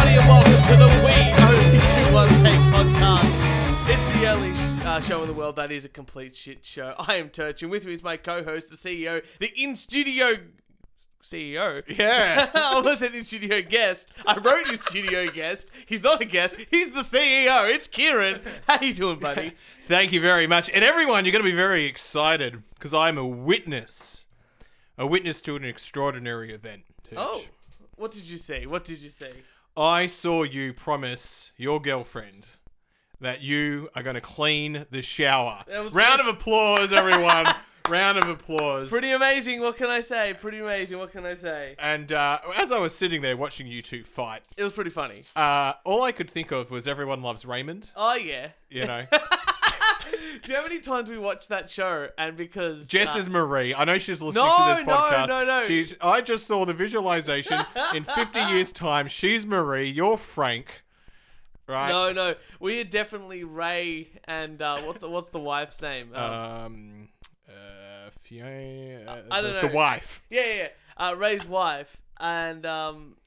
uh, Well, that is a complete shit show. I am Turch, and with me is my co-host, the CEO, the in-studio CEO. Yeah. I was an in-studio guest. I wrote in-studio guest. He's not a guest. He's the CEO. It's Kieran. How you doing, buddy? Thank you very much. And everyone, you're going to be very excited because I'm a witness. A witness to an extraordinary event, Tooch. Oh, what did you say? What did you say? I saw you promise your girlfriend that you are going to clean the shower. That was Round of applause, everyone. Round of applause. Pretty amazing. What can I say? Pretty amazing. What can I say? and uh, as I was sitting there watching you two fight, It was pretty funny. uh, all I could think of was everyone loves Raymond, Oh yeah. you know. Do you know how many times we watched that show? And because uh, Jess is Marie. I know she's listening No, to this no, podcast. no, no. She's. I just saw the visualization. In 50 years' time, she's Marie. You're Frank. Right. no, no, we are definitely Ray and uh, what's the, what's the wife's name? Um, Um. Uh. Fiona. Uh, I don't the, know. The wife. yeah, yeah, yeah. Uh, Ray's wife and um,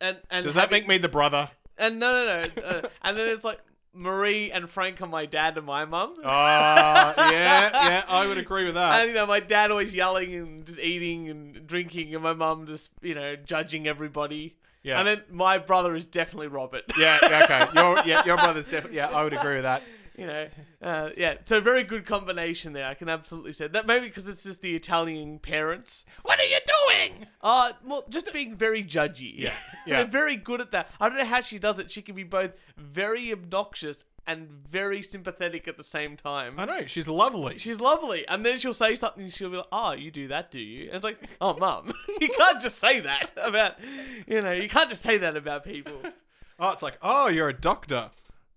and and Does that having- make me the brother? And no, no, no. Uh, and then it's like Marie and Frank are my dad and my Oh, mum. Ah. yeah. Yeah. I would agree with that. And you know, my dad always yelling and just eating and drinking, and my mum just you know judging everybody. Yeah. And then my brother is definitely Robert. yeah. yeah, Okay. Your yeah. Your brother's definitely. Yeah. I would agree with that. you know, uh, yeah. So very good combination there. I can absolutely say that. Maybe because it's just the Italian parents. What are you doing? Uh, well, just being very judgy. Yeah, yeah. They're very good at that. I don't know how she does it. She can be both very obnoxious and very sympathetic at the same time. I know. She's lovely. She's lovely. And then she'll say something and she'll be like, Oh, you do that, do you? And it's like, Oh, mum, you can't just say that about, you know, you can't just say that about people. oh, it's like. Oh, you're a doctor.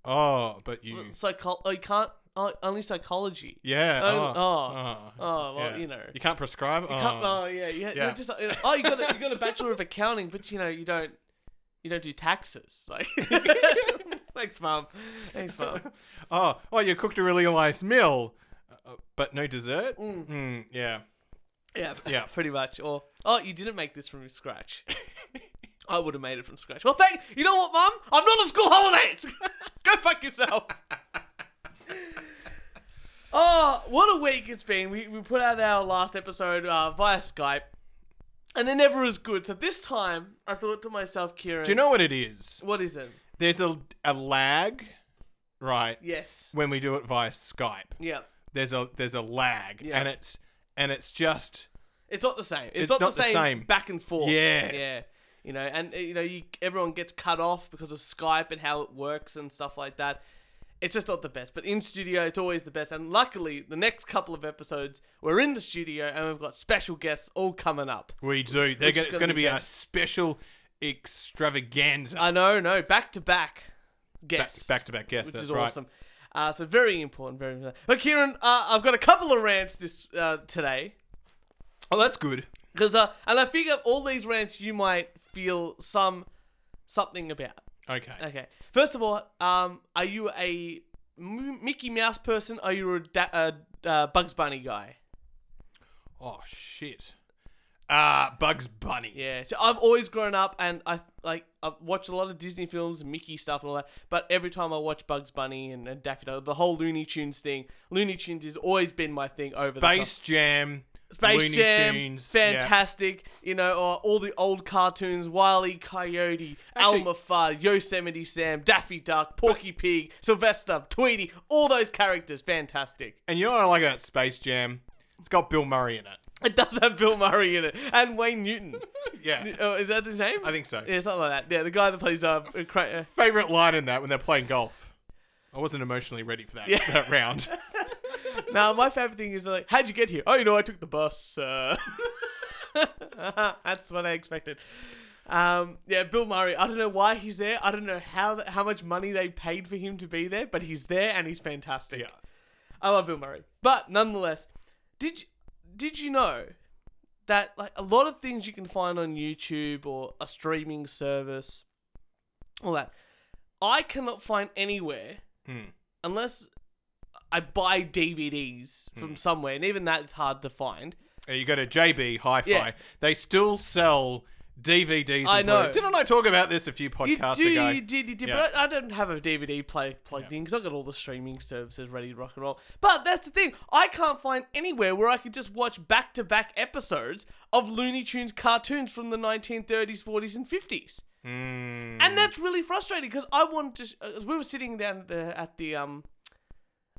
Oh, but you. Psycho- I can't, oh, only psychology. Yeah. Oh, oh, oh. oh. Oh, well, Yeah. you know. You can't prescribe. You can't- oh yeah, yeah. Um, Yeah. You're just, you know, oh, you got a, you got a bachelor of accounting, but you know you don't you don't do taxes. Like, thanks, mum. Thanks, mum. oh, oh, you cooked a really nice meal, uh, uh, but no dessert. Mm. yeah. Yeah, Yeah. pretty much. Or oh, you didn't make this from scratch. I would have made it from scratch. Well, thank you. Know what, mum? I'm not on school holidays. Go fuck yourself. oh, what a week it's been. We we put out our last episode uh, via Skype. And they're never as good. So this time, I thought to myself, Kieran, Do you know what it is? what is it? There's a a lag, right? Yes. When we do it via Skype, Yeah. there's a there's a lag, Yeah. and it's and it's just It's not the same. It's, It's not, not the, the same same. back and forth. Yeah. Yeah. You know, and uh, you know, you, everyone gets cut off because of Skype and how it works and stuff like that. It's just not the best. But in studio, it's always the best. And luckily, the next couple of episodes, we're in the studio and we've got special guests all coming up. we do. They're Which gonna, is it's gonna going to be be a best. special extravaganza. I know, no, back to back back, guests. back to back guests. which that's is right. awesome. Uh, so very important, very important. But Kieran, uh, I've got a couple of rants this uh, today. Oh, that's good. Because uh, and I figure all these rants you might feel some something about. Okay. Okay, first of all, um, are you a M- Mickey Mouse person? Are you a da- uh, uh, Bugs Bunny guy? Oh shit. Ah, Bugs Bunny. Yeah. So I've always grown up, and I like I've watched a lot of Disney films, and Mickey stuff, and all that. But every time I watch Bugs Bunny and, and Daffy Duck, the whole Looney Tunes thing, Looney Tunes has always been my thing over the top. Space Jam. Space Looney Jam, Tunes, yeah. fantastic. You know, or all the old cartoons: Wile E. Coyote, Actually- Alma Fudd, Yosemite Sam, Daffy Duck, Porky Pig, Sylvester, Tweety. All those characters, fantastic. And you know what I like about Space Jam? It's got Bill Murray in it. It does have Bill Murray in it and Wayne Newton. Yeah. oh, is that the name? I think so. Yeah, something like that. Yeah, the guy that plays uh, uh, Cra- uh, Favorite line in that when they're playing golf. I wasn't emotionally ready for that, Yeah. that round. Now, my favorite thing is like, how'd you get here? Oh, you know, I took the bus. Uh. That's what I expected. Um, yeah, Bill Murray. I don't know why he's there. I don't know how how much money they paid for him to be there, but he's there and he's fantastic. Yeah. I love Bill Murray. But nonetheless, did you, did you know that like a lot of things you can find on YouTube or a streaming service, all that, I cannot find anywhere Hmm. unless I buy DVDs from somewhere, and even that's hard to find. You go to JB Hi Fi. Yeah. They still sell DVDs. I and know. Blu-ray. Didn't I talk about this a few You podcasts do, ago? you did, you did. Yeah. But I I don't have a DVD play, plugged in because I've got all the streaming services ready to rock and roll. But that's the thing. I can't find anywhere where I could just watch back to back episodes of Looney Tunes cartoons from the 1930s, 40s, and 50s. Hmm. And that's really frustrating because I wanted to. sh- uh, we were sitting down at the, at the um,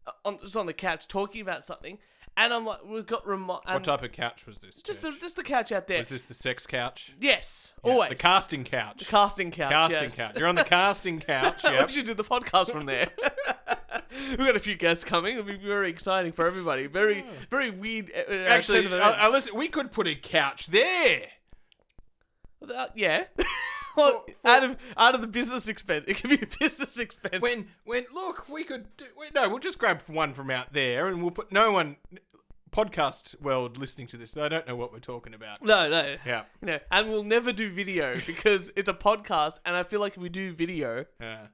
uh, on, just on the couch talking about something. And I'm like, we've got remi- What and type of couch was this? just the Church? just the couch out there. was this the sex couch? yes, Yeah, always the casting couch. casting couch. casting yes. couch. You're on the casting couch. yep. We should do the podcast from there. We've got a few guests coming. It'll be very exciting for everybody. Very, very weird. uh, Uh, Actually, turn of uh, events. uh, listen, we could put a couch there. Uh, yeah. well, For- out of out of the business expense, it could be a business expense. When, when, look, we could. Do, we, no, we'll just grab one from out there, and we'll put no one podcast world listening to this. They don't know what we're talking about. no, no. Yeah. You know, and we'll never do video because it's a podcast, and I feel like if we do video, Yeah.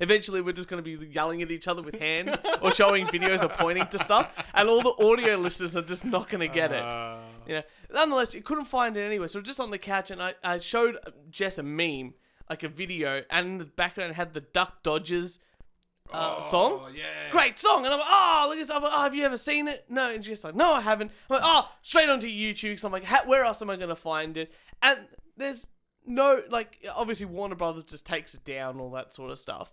eventually we're just going to be yelling at each other with hands or showing videos or pointing to stuff, and all the audio listeners are just not going to get it. Uh, You know, nonetheless, you couldn't find it anywhere. So just on the couch, and I, I showed uh, Jess a meme, like a video, and in the background it had the Duck Dodgers uh, Oh, song. yeah. Great song, and I'm like, oh, look at this. I'm like, oh, have you ever seen it? No, and she's like, no, I haven't. I'm like, oh, straight onto YouTube. So I'm like, "Ha- where else am I gonna find it? And there's no like, obviously Warner Brothers just takes it down, all that sort of stuff.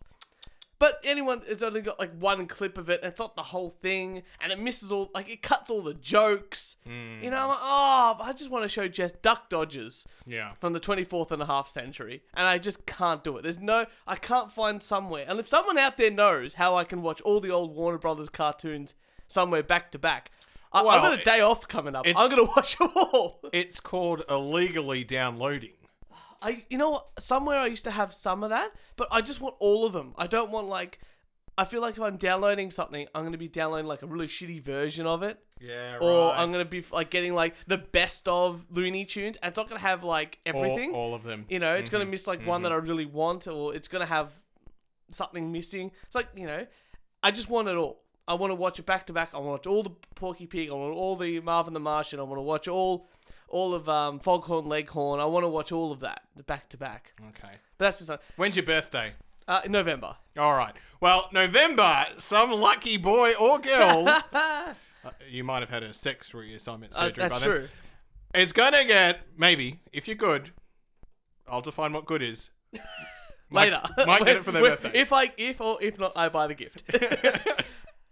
But anyone, it's only got like one clip of it, and it's not the whole thing, and it misses all, like it cuts all the jokes. You know, I'm like, oh, I just want to show Jess Duck Dodgers Yeah. from the 24th and a half century, and I just can't do it. There's no, I can't find somewhere. And if someone out there knows how I can watch all the old Warner Brothers cartoons somewhere back to back, I, Well, I've got a day off coming up. it's- I'm gonna watch them all. It's called illegally downloading. I, you know, what? somewhere I used to have some of that, but I just want all of them. I don't want like, I feel like if I'm downloading something, I'm gonna be downloading like a really shitty version of it, Yeah. or right. I'm gonna be like getting like the best of Looney Tunes, and it's not gonna have like Or everything. all of them. you know, it's gonna miss like one that I really want, or it's gonna have something missing. It's like you know, I just want it all. I want to watch it back to back. I want to watch all the Porky Pig. I want all the Marvin the Martian. I want to watch all all of um, Foghorn Leghorn. I want to watch all of that back to back. okay. But that's just not, When's your birthday? uh, in November. All right. Well, November, some lucky boy or girl. Uh, you might have had a sex reassignment Uh, surgery. that's by then. true. It's gonna get maybe if you're good. I'll define what good is. Might- Later, might get it for their When- birthday. If I, if or if not, I buy the gift.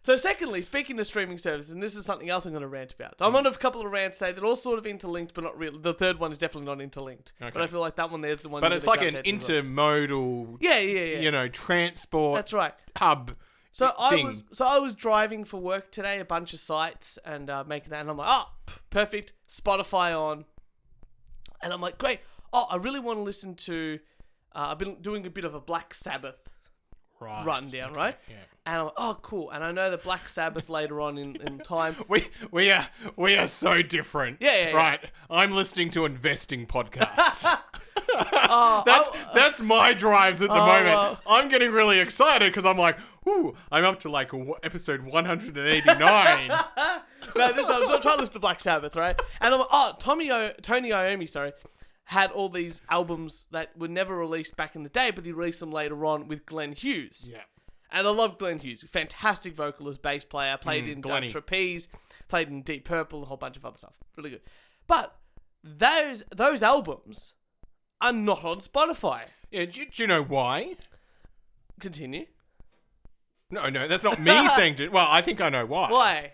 so, secondly, speaking of streaming services, and this is something else I'm going to rant about. I'm on a couple of rants today. They're all sort of interlinked, but not really. The third one is definitely not interlinked. But Okay. I feel like that one there's the one. But you it's gotta like an go update as well. intermodal, Yeah, yeah, yeah. you know, transport That's right. hub. So I thing. was so I was driving for work today, a bunch of sites, and uh, making that, and I'm like, oh, p- perfect, Spotify on, and I'm like, great. Oh, I really want to listen to. Uh, I've been doing a bit of a Black Sabbath right. rundown, right? Yeah. And I'm like, oh, cool. And I know that Black Sabbath later on in, in time. We we are we are so different. Yeah, yeah, yeah. Right. I'm listening to investing podcasts. Oh, That's I- that's my drives at the Oh, moment. well. I'm getting really excited because I'm like, ooh, I'm up to like w- episode 189. no, this I'm trying to listen to Black Sabbath, right? And I'm like, oh, Tommy, o- Tony Iommi, sorry, had all these albums that were never released back in the day, but he released them later on with Glenn Hughes. yeah. And I love Glenn Hughes, fantastic vocalist, bass player, played in Mm, Glenny. Glenn Trapeze, played in Deep Purple, a whole bunch of other stuff. Really good. But those those albums are not on Spotify. Yeah. Do, do you know why? Continue. No, no, that's not me saying. Do, well, I think I know why. Why?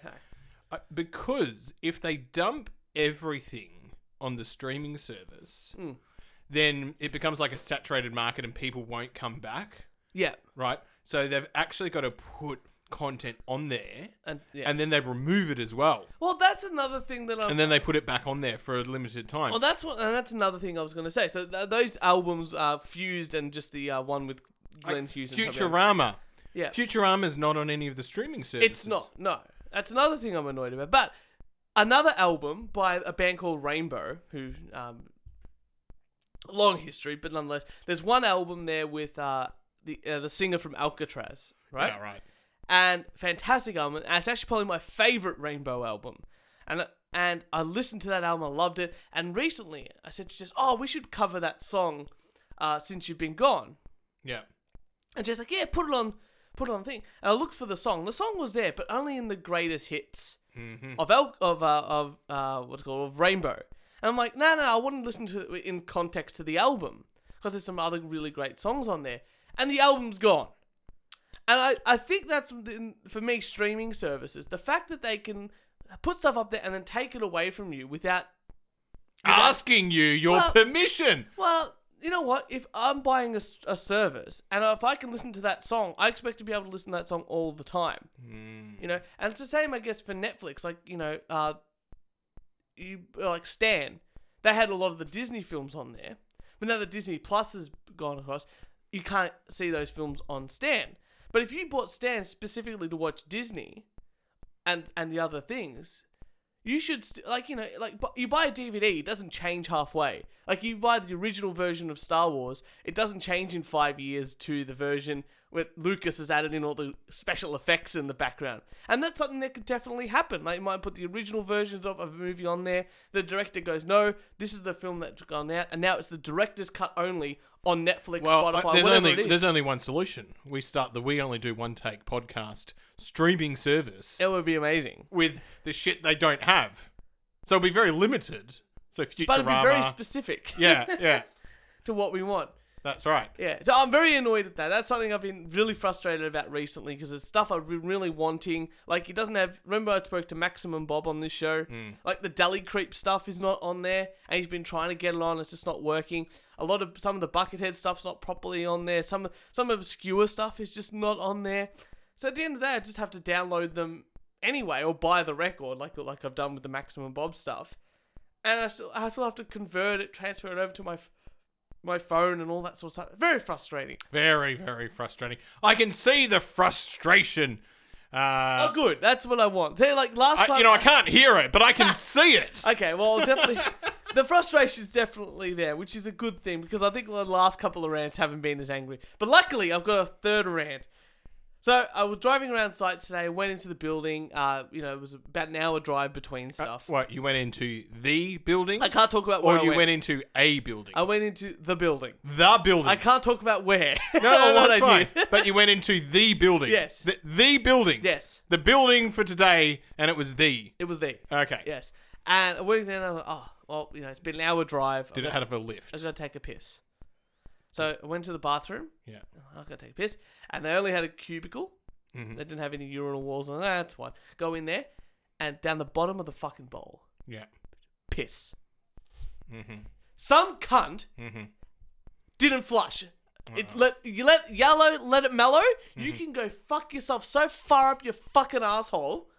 Uh, because if they dump everything on the streaming service, Hmm. then it becomes like a saturated market and people won't come back, Yeah. right? So they've actually got to put content on there And yeah. and then they remove it as well. well, that's another thing that I'm. And then they put it back on there for a limited time. well, that's what, and that's another thing I was going to say. So th- those albums are fused, and just the uh, one with Glenn Hughes. and Tommy Iommi. Futurama. Yeah. Futurama's not on any of the streaming services. It's not. No, that's another thing I'm annoyed about. But another album by a band called Rainbow, who um, long history, but nonetheless, there's one album there with uh, the uh, the singer from Alcatraz, right? Yeah, right. and fantastic album. And it's actually probably my favorite Rainbow album. and and I listened to that album. I loved it. And recently, I said to Jess, "Oh, we should cover that song uh, since you've been gone." Yeah. And Jess like, "Yeah, put it on, put it on the thing." And I looked for the song. The song was there, but only in the greatest hits Mm-hmm. of El- of uh, of uh, what's it called of Rainbow. And I'm like, no, no, I wouldn't listen to it in context to the album because there's some other really great songs on there, and the album's gone. And I, I think that's something- for me streaming services the fact that they can put stuff up there and then take it away from you without Asking you your Well- permission. well, you know what? If I'm buying a, s- a service and if I can listen to that song, I expect to be able to listen to that song all the time. You know, and it's the same, I guess, for Netflix. Like, you know, uh, you like Stan, they had a lot of the Disney films on there, but now that Disney Plus has gone across, you can't see those films on Stan. But if you bought Stan specifically to watch Disney, and and the other things, you should st- like you know like bu- you buy a DVD, it doesn't change halfway. Like you buy the original version of Star Wars, it doesn't change in five years to the version where Lucas has added in all the special effects in the background, and that's something that could definitely happen. Like you might put the original versions of, of a movie on there. The director goes, "No, this is the film that's gone out, and now it's the director's cut only on Netflix, Well, Spotify, I- there's whatever only it is." there's only one solution. We start the we only do one take podcast streaming service It would be amazing. with the shit they don't have, so it'll be very limited. So future, But it'd be very specific yeah, yeah, to what we want. that's right. Yeah, so I'm very annoyed at that. That's something I've been really frustrated about recently because it's stuff I've been really wanting. Like, it doesn't have. Remember, I spoke to Maximum Bob on this show? Like, the Dally Creep stuff is not on there, and he's been trying to get it on. It's just not working. A lot of some of the Buckethead stuff's not properly on there. Some some obscure stuff is just not on there. So at the end of the day, I just have to download them anyway or buy the record, like like I've done with the Maximum Bob stuff. And I still I still have to convert it, transfer it over to my f- my phone and all that sort of stuff. Very frustrating. Very, very frustrating. I can see the frustration. Uh, oh, good. That's what I want. See, like last I, time, you know, I can't hear it, but I can see it. Okay, well, I'll definitely. the frustration's definitely there, which is a good thing because I think the last couple of rants haven't been as angry. But luckily, I've got a third rant. So I was driving around sites today. Went into the building. Uh, you know, it was about an hour drive Uh, between stuff. What you went into the building, I can't talk about or where I oh, you went. went. into a building? I went into the building. the building. I can't talk about where. no, no, what that's I fine. did. but you went into the building. Yes. The, the building. Yes, The building for today, and it was the. it was there. Okay. Yes, and I went in and I was like, oh, well, you know, it's been an hour drive. Did it have a lift? I was gonna take a piss. So I went to the bathroom. Oh, Yeah. I was gonna take a piss, and they only had a cubicle. Mhm. They didn't have any urinal walls on. it. Ah, That's fine. Go in there, and down the bottom of the fucking bowl, Yeah. piss. Mhm. Some cunt Mhm. didn't flush. It let you let yellow let it mellow. You can go fuck yourself so far up your fucking asshole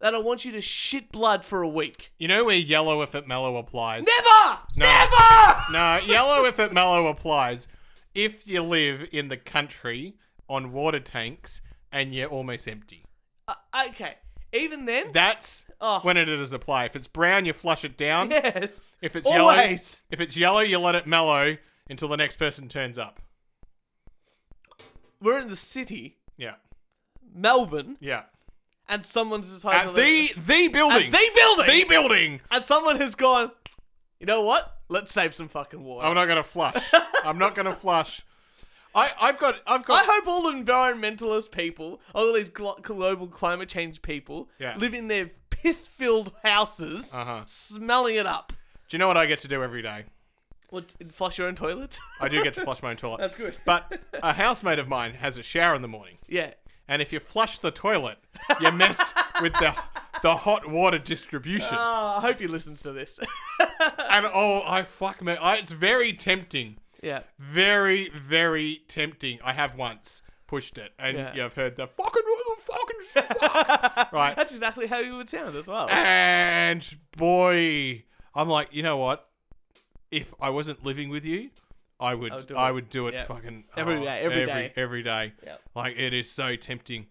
that I want you to shit blood for a week. You know where yellow if it mellow applies. Never, No. never. No, yellow if it mellow applies. If you live in the country on water tanks and you're almost empty. Uh, okay, even then, That's Oh. when it does apply. If it's brown, you flush it down. yes. If it's yellow, Always. if it's yellow, you let it mellow until the next person turns up. We're in the city, Yeah, Melbourne, yeah. and someone's decided At the the building, at the building, the building. and someone has gone. You know what? Let's save some fucking water. I'm not gonna flush. I'm not gonna flush. I I've got I've I got hope all the environmentalist people, all these glo- global climate change people, Yeah. live in their piss-filled houses, Uh-huh. smelling it up. Do you know what I get to do every day? Or t- flush your own toilets. I do get to flush my own toilet. That's good. But a housemate of mine has a shower in the morning, yeah. and if you flush the toilet, you mess with the the hot water distribution. Uh, I hope he listens to this. and oh, I fuck me. I, it's very tempting. yeah. Very, very tempting. I have once pushed it, and Yeah. you've heard the fucking, fucking, fuck. right? That's exactly how you would sound as well. And boy, I'm like, you know what? If I wasn't living with you, I would, I would would do do it. it, Yep. fucking oh, Every every day, day, every day. every day. Yep. Like it is so tempting.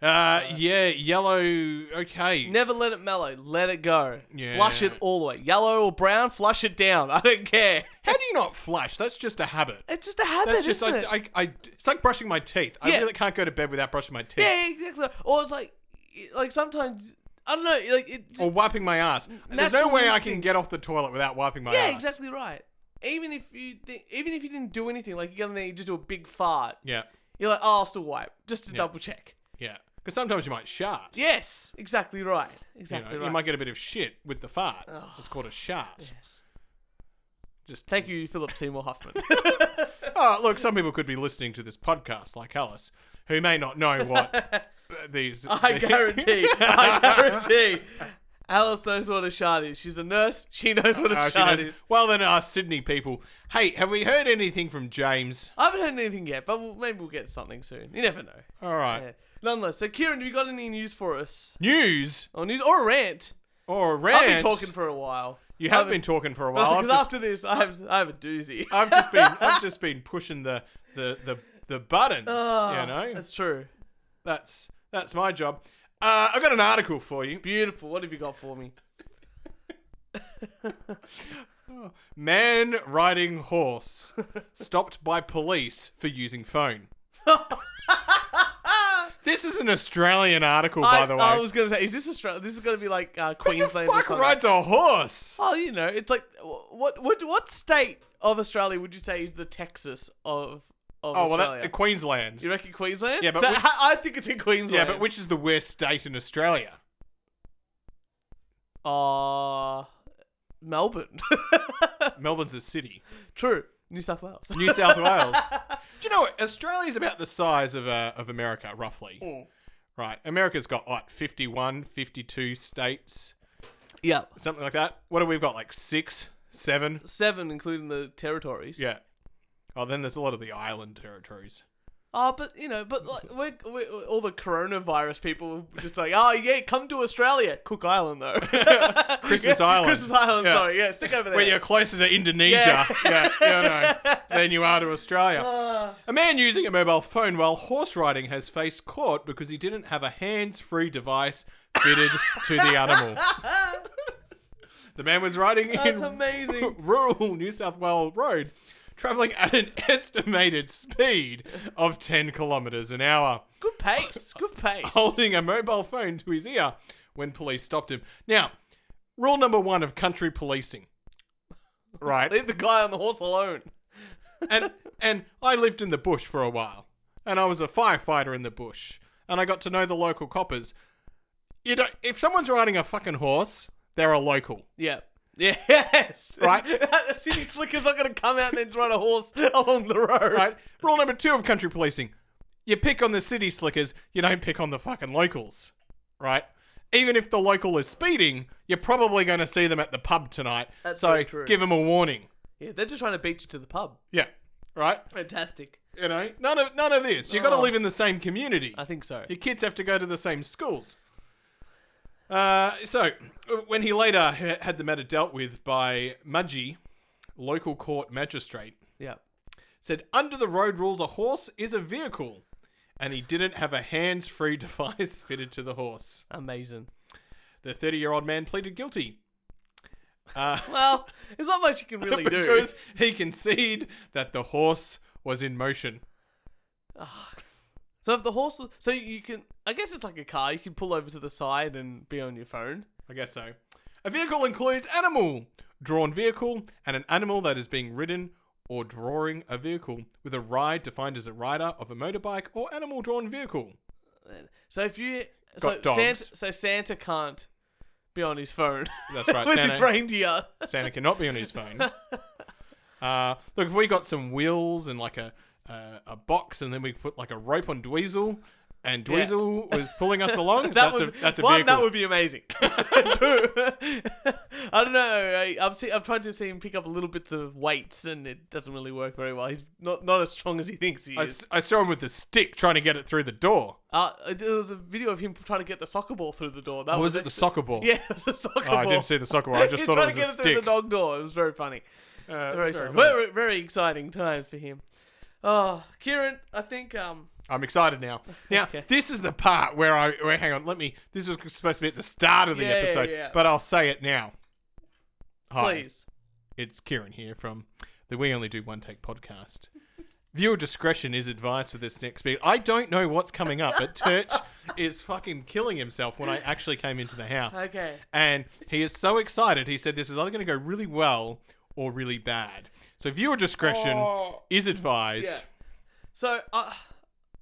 Uh, yeah, yellow. Okay, Never let it mellow. Let it go. Yeah. Flush it all the way. Yellow or brown, flush it down. I don't care. how do you not flush? That's just a habit. It's just a habit, That's just isn't it? like I, I, it's like brushing my teeth. I Yeah. really can't go to bed without brushing my teeth. Yeah, yeah, exactly. Or it's like, like sometimes I don't know. Like it's or wiping my ass. There's no Natural way I can instinct. get off the toilet without wiping my yeah, ass. exactly right. Even if you thi- even if you didn't do anything, like you get on there, you just do a big fart. Yeah, You're like, oh, I'll still wipe just to double check. yeah. Because sometimes you might shart. Yes, exactly right. You, know, Exactly you right. might get a bit of shit with the fart. It's called a shart. Yes. Just Thank you, Philip Seymour Hoffman. Oh, look, some people could be listening to this podcast, like Alice, who may not know what uh, these. I guarantee. I guarantee. Alice knows what a shard is. She's a nurse. She knows what a Uh, she shard knows- is. well, then, our Sydney people. Hey, have we heard anything from James? I haven't heard anything yet, but we'll, maybe we'll get something soon. You never know. All right. Yeah. Nonetheless, so Kieran, have you got any news for us? News Or news or a rant? or a rant? I've been talking for a while. You have I've- been talking for a while. I've Because just, after this, I have I have a doozy. I've just been, I've just been pushing the the the, the buttons. Ah, you know, that's true. that's that's my job. Uh, I've got an article for you. Beautiful. What have you got for me? Man riding horse stopped by police for using phone. this is an Australian article, by I, the way. I was gonna say, is this Australia? This is gonna be like uh, Who Queensland. the or fuck something. rides a horse? Oh, you know, it's like wh- what what what state of Australia would you say is the Texas of of Oh well, Australia? that's uh, Queensland. you reckon Queensland? Yeah, but So which- ho- I think it's in Queensland. Yeah, but which is the worst state in Australia? uh Melbourne. Melbourne's a city. True. New South Wales. New South Wales. Do you know what? Australia's about the size of uh, of America, roughly. Right. America's got what 51, 52 states, Yeah. something like that. What have we got? Like six, seven. Seven, including the territories. Yeah. Oh, then there's a lot of the island territories. Oh, but you know, but like, we're, we're, all the coronavirus people were just like, oh yeah, come to Australia, Cook Island though, Christmas Yeah, Island. Christmas Island. Yeah. Sorry, yeah, stick over there. Where you're closer to Indonesia, yeah, you know, than you are to Australia. Uh. a man using a mobile phone while horse riding has faced court because he didn't have a hands-free device fitted to the animal. The man was riding That's in amazing. rural New South Wales road, traveling at an estimated speed of 10 kilometers an hour. Good pace. Good pace. holding a mobile phone to his ear when police stopped him. Now, rule number one of country policing. Right. Leave the guy on the horse alone. and and I lived in the bush for a while. And I was a firefighter in the bush. And I got to know the local coppers. You know, if someone's riding a fucking horse, they're a local. Yeah. Yes. Right. the city slicker's not going to come out and then ride a horse along the road. Right? Rule number two of country policing. You pick on the city slickers, you don't pick on the fucking locals. Right? Even if the local is speeding, you're probably going to see them at the pub tonight. That's so very true. give them a warning. Yeah, they're just trying to beat you to the pub. Yeah. Right? Fantastic. You know, none of none of this. You've got to Oh. live in the same community. I think so. Your kids have to go to the same schools. Uh, so, when he later h- had the matter dealt with by Mudgee, local court magistrate, Yeah. said under the road rules a horse is a vehicle, and he didn't have a hands-free device fitted to the horse. Amazing. The 30-year-old man pleaded guilty. Well, there's not much you can really do. because he conceded that the horse was in motion. So if the horse, was, so you can, I guess it's like a car. You can pull over to the side and be on your phone. I guess so. A vehicle includes animal, drawn vehicle, and an animal that is being ridden or drawing a vehicle, with a ride defined as a rider of a motorbike or animal drawn vehicle. So if you, Got so dogs. Santa, so Santa can't be on his phone That's right, with his Santa. reindeer. Santa cannot be on his phone. Uh, look, if we got some wheels and like a uh, a box, and then we put like a rope on Dweezil, and Dweezil was pulling us along, that that's would a that's a one vehicle. that would be amazing. Two, I don't know. I, I've seen, I've tried to see him pick up a little bits of weights, and it doesn't really work very well. He's not not as strong as he thinks he I, is. s- I saw him with the stick trying to get it through the door. Uh, there was a video of him trying to get the soccer ball through the door. That Oh, was was it the soccer ball? Yeah, it was a soccer Oh, ball. I didn't see the soccer ball. I just He's thought it trying was to get a it stick. through the dog door. It was very funny. Uh, Very, very very, good. very, very exciting time for him. Oh, Kieran, I think um, I'm excited now. Now Okay. this is the part where I where, hang on. Let me. This was supposed to be at the start of the Yeah, yeah, episode, yeah. but I'll say it now. Hi, please. it's Kieran here from the We Only Do One Take podcast. Viewer discretion is advised for this next bit. I don't know what's coming up, but Turch is fucking killing himself when I actually came into the house. Okay. And he is so excited. He said this is either going to go really well or really bad. So viewer discretion Oh. is advised. Yeah. So, uh,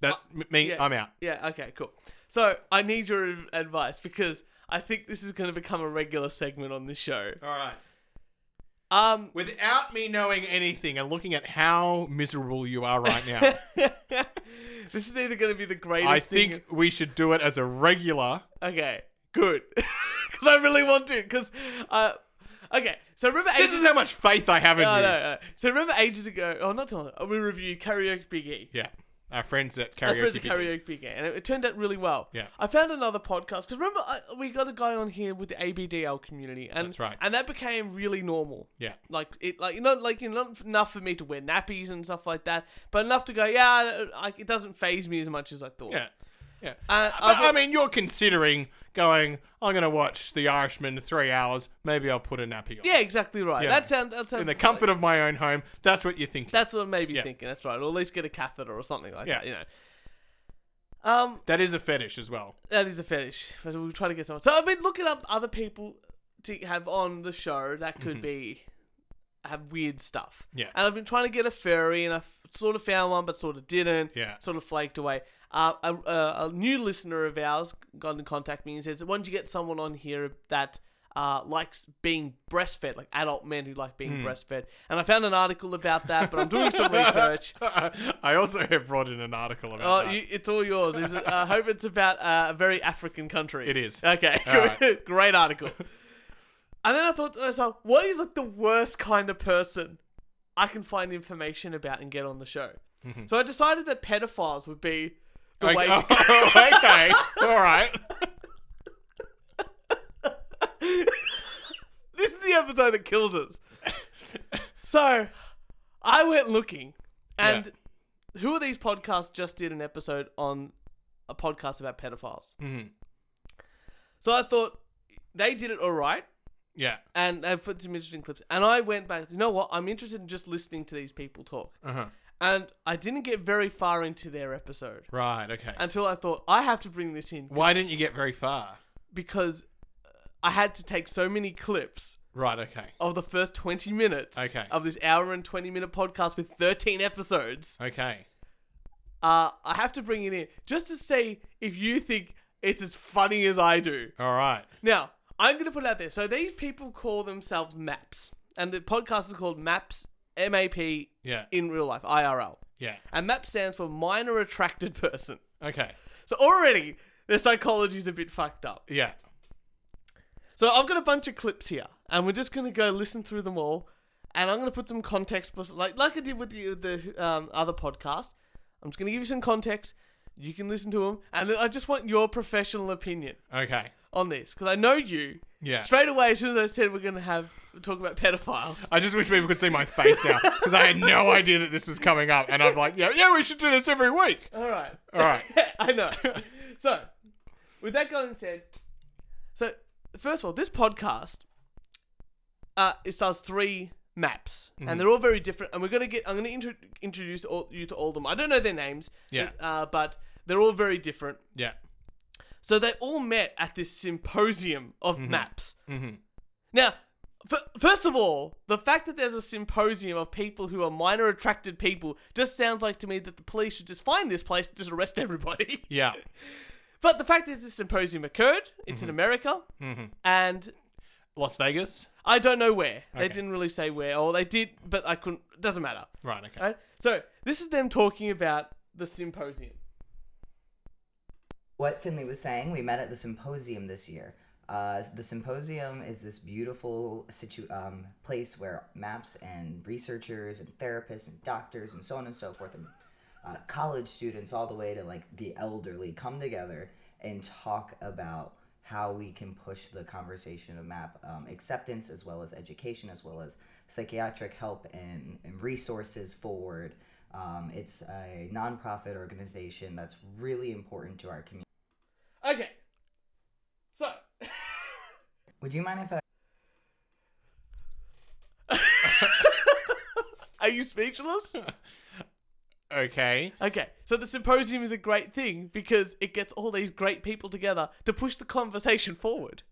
That's m me. yeah. I'm out. yeah, okay, cool. So, I need your ad- advice because I think this is going to become a regular segment on this show. All right. Um, Without me knowing anything and looking at how miserable you are right now, this is either going to be the greatest I thing- think we should do it as a regular. Okay, good. Because I really want to. Because, uh, okay, so remember This ages. is how much faith I have in no, you. no, no. So remember ages ago, oh, not too long, ago, we reviewed Karaoke Big E. Yeah, our friends at karaoke. Our friends at Gigi. Karaoke Big E, and it, it turned out really well. Yeah. I found another podcast because remember I, we got a guy on here with the ABDL community, and That's right. and that became really normal. Yeah. Like it, like you know, like you know, not enough for me to wear nappies and stuff like that, but enough to go, yeah, I, I- it doesn't phase me as much as I thought. Yeah. Yeah. Uh, But, I've- I mean, you're considering going, I'm going to watch The Irishman three hours. Maybe I'll put a nappy on. Yeah, exactly right. Yeah. That sounds that sounds In the comfort of my own home, that's what you're thinking. That's what I may be Yeah. thinking. That's right. Or at least get a catheter or something like Yeah. that. You know. Um, that is a fetish as well. that is a fetish. But we'll try to get someone. So I've been looking up other people to have on the show that could be have weird stuff. Mm-hmm. Yeah. And I've been trying to get a furry, and I f- sort of found one, but sort of didn't. Yeah. Sort of flaked away. Uh, a, a, a new listener of ours got in contact with me and says, "Why don't you get someone on here that?" Uh, likes being breastfed, like adult men who like Mm. being breastfed. And I found an article about that, but I'm doing some research. I also have brought in an article Oh, about that. you, it's all yours. Is it? I hope it's about uh, a very African country. It is. Okay, All right. great article. And then I thought to myself, what is like the worst kind of person I can find information about and get on the show? So I decided that pedophiles would be the way to go. Mm-hmm. okay. okay. All right. This is the episode that kills us. so I went looking, and who are these podcasts? Just did an episode on a podcast about pedophiles. Mhm. So I thought they did it all right. Yeah. and they've put some interesting clips. And I went back, you know what? I'm interested in just listening to these people talk. Uh-huh. And I didn't get very far into their episode Right. Okay. until I thought, I have to bring this in Why didn't you get very far? because I had to take so many clips Right. Okay. of the first 20 minutes Okay. of this hour and 20 minute podcast with 13 episodes. Okay. Uh, I have to bring it in just to see if you think it's as funny as I do. All right. Now, I'm going to put it out there. So these people call themselves MAPS, and the podcast is called MAPS, M A P, Yeah. in real life, IRL. Yeah. And MAP stands for Minor Attracted Person. Okay. So already, their psychology's a bit fucked up. Yeah. So I've got a bunch of clips here, and we're just going to go listen through them all, and I'm going to put some context, bef- like like I did with the, the um, other podcast. I'm just going to give you some context. You can listen to them, and then I just want your professional opinion Okay. on this because I know you. Yeah. Straight away, as soon as I said we're gonna have talk about pedophiles, I just wish people could see my face now because I had no idea that this was coming up, and I'm like, yeah, yeah, we should do this every week. all right, All right. I know. so, with that going said, so first of all, this podcast uh, it stars three maps, and they're all very different. And we're gonna get I'm gonna intro- introduce all, you to all of them. I don't know their names, Yeah. uh, but they're all very different. Yeah. So they all met at this symposium of maps. Mm-hmm. Now, f- first of all, the fact that there's a symposium of people who are minor attracted people just sounds like to me that the police should just find this place and just arrest everybody. Yeah. but the fact is, this symposium occurred. It's Mm-hmm. in America, and Las Vegas. I don't know where. They Okay. didn't really say where, or they did, but I couldn't. Doesn't matter. Right. Okay. Right? So this is them talking about the symposium. what Finley was saying, we met at the symposium this year. Uh, the symposium is this beautiful situ- um, place where maps and researchers and therapists and doctors and so on and so forth and uh, college students all the way to like the elderly come together and talk about how we can push the conversation of map um, acceptance as well as education as well as psychiatric help and, and resources forward um, it's a nonprofit organization that's really important to our community Okay, so Would you mind if I are you speechless? Okay. Okay, so the symposium is a great thing because it gets all these great people together to push the conversation forward.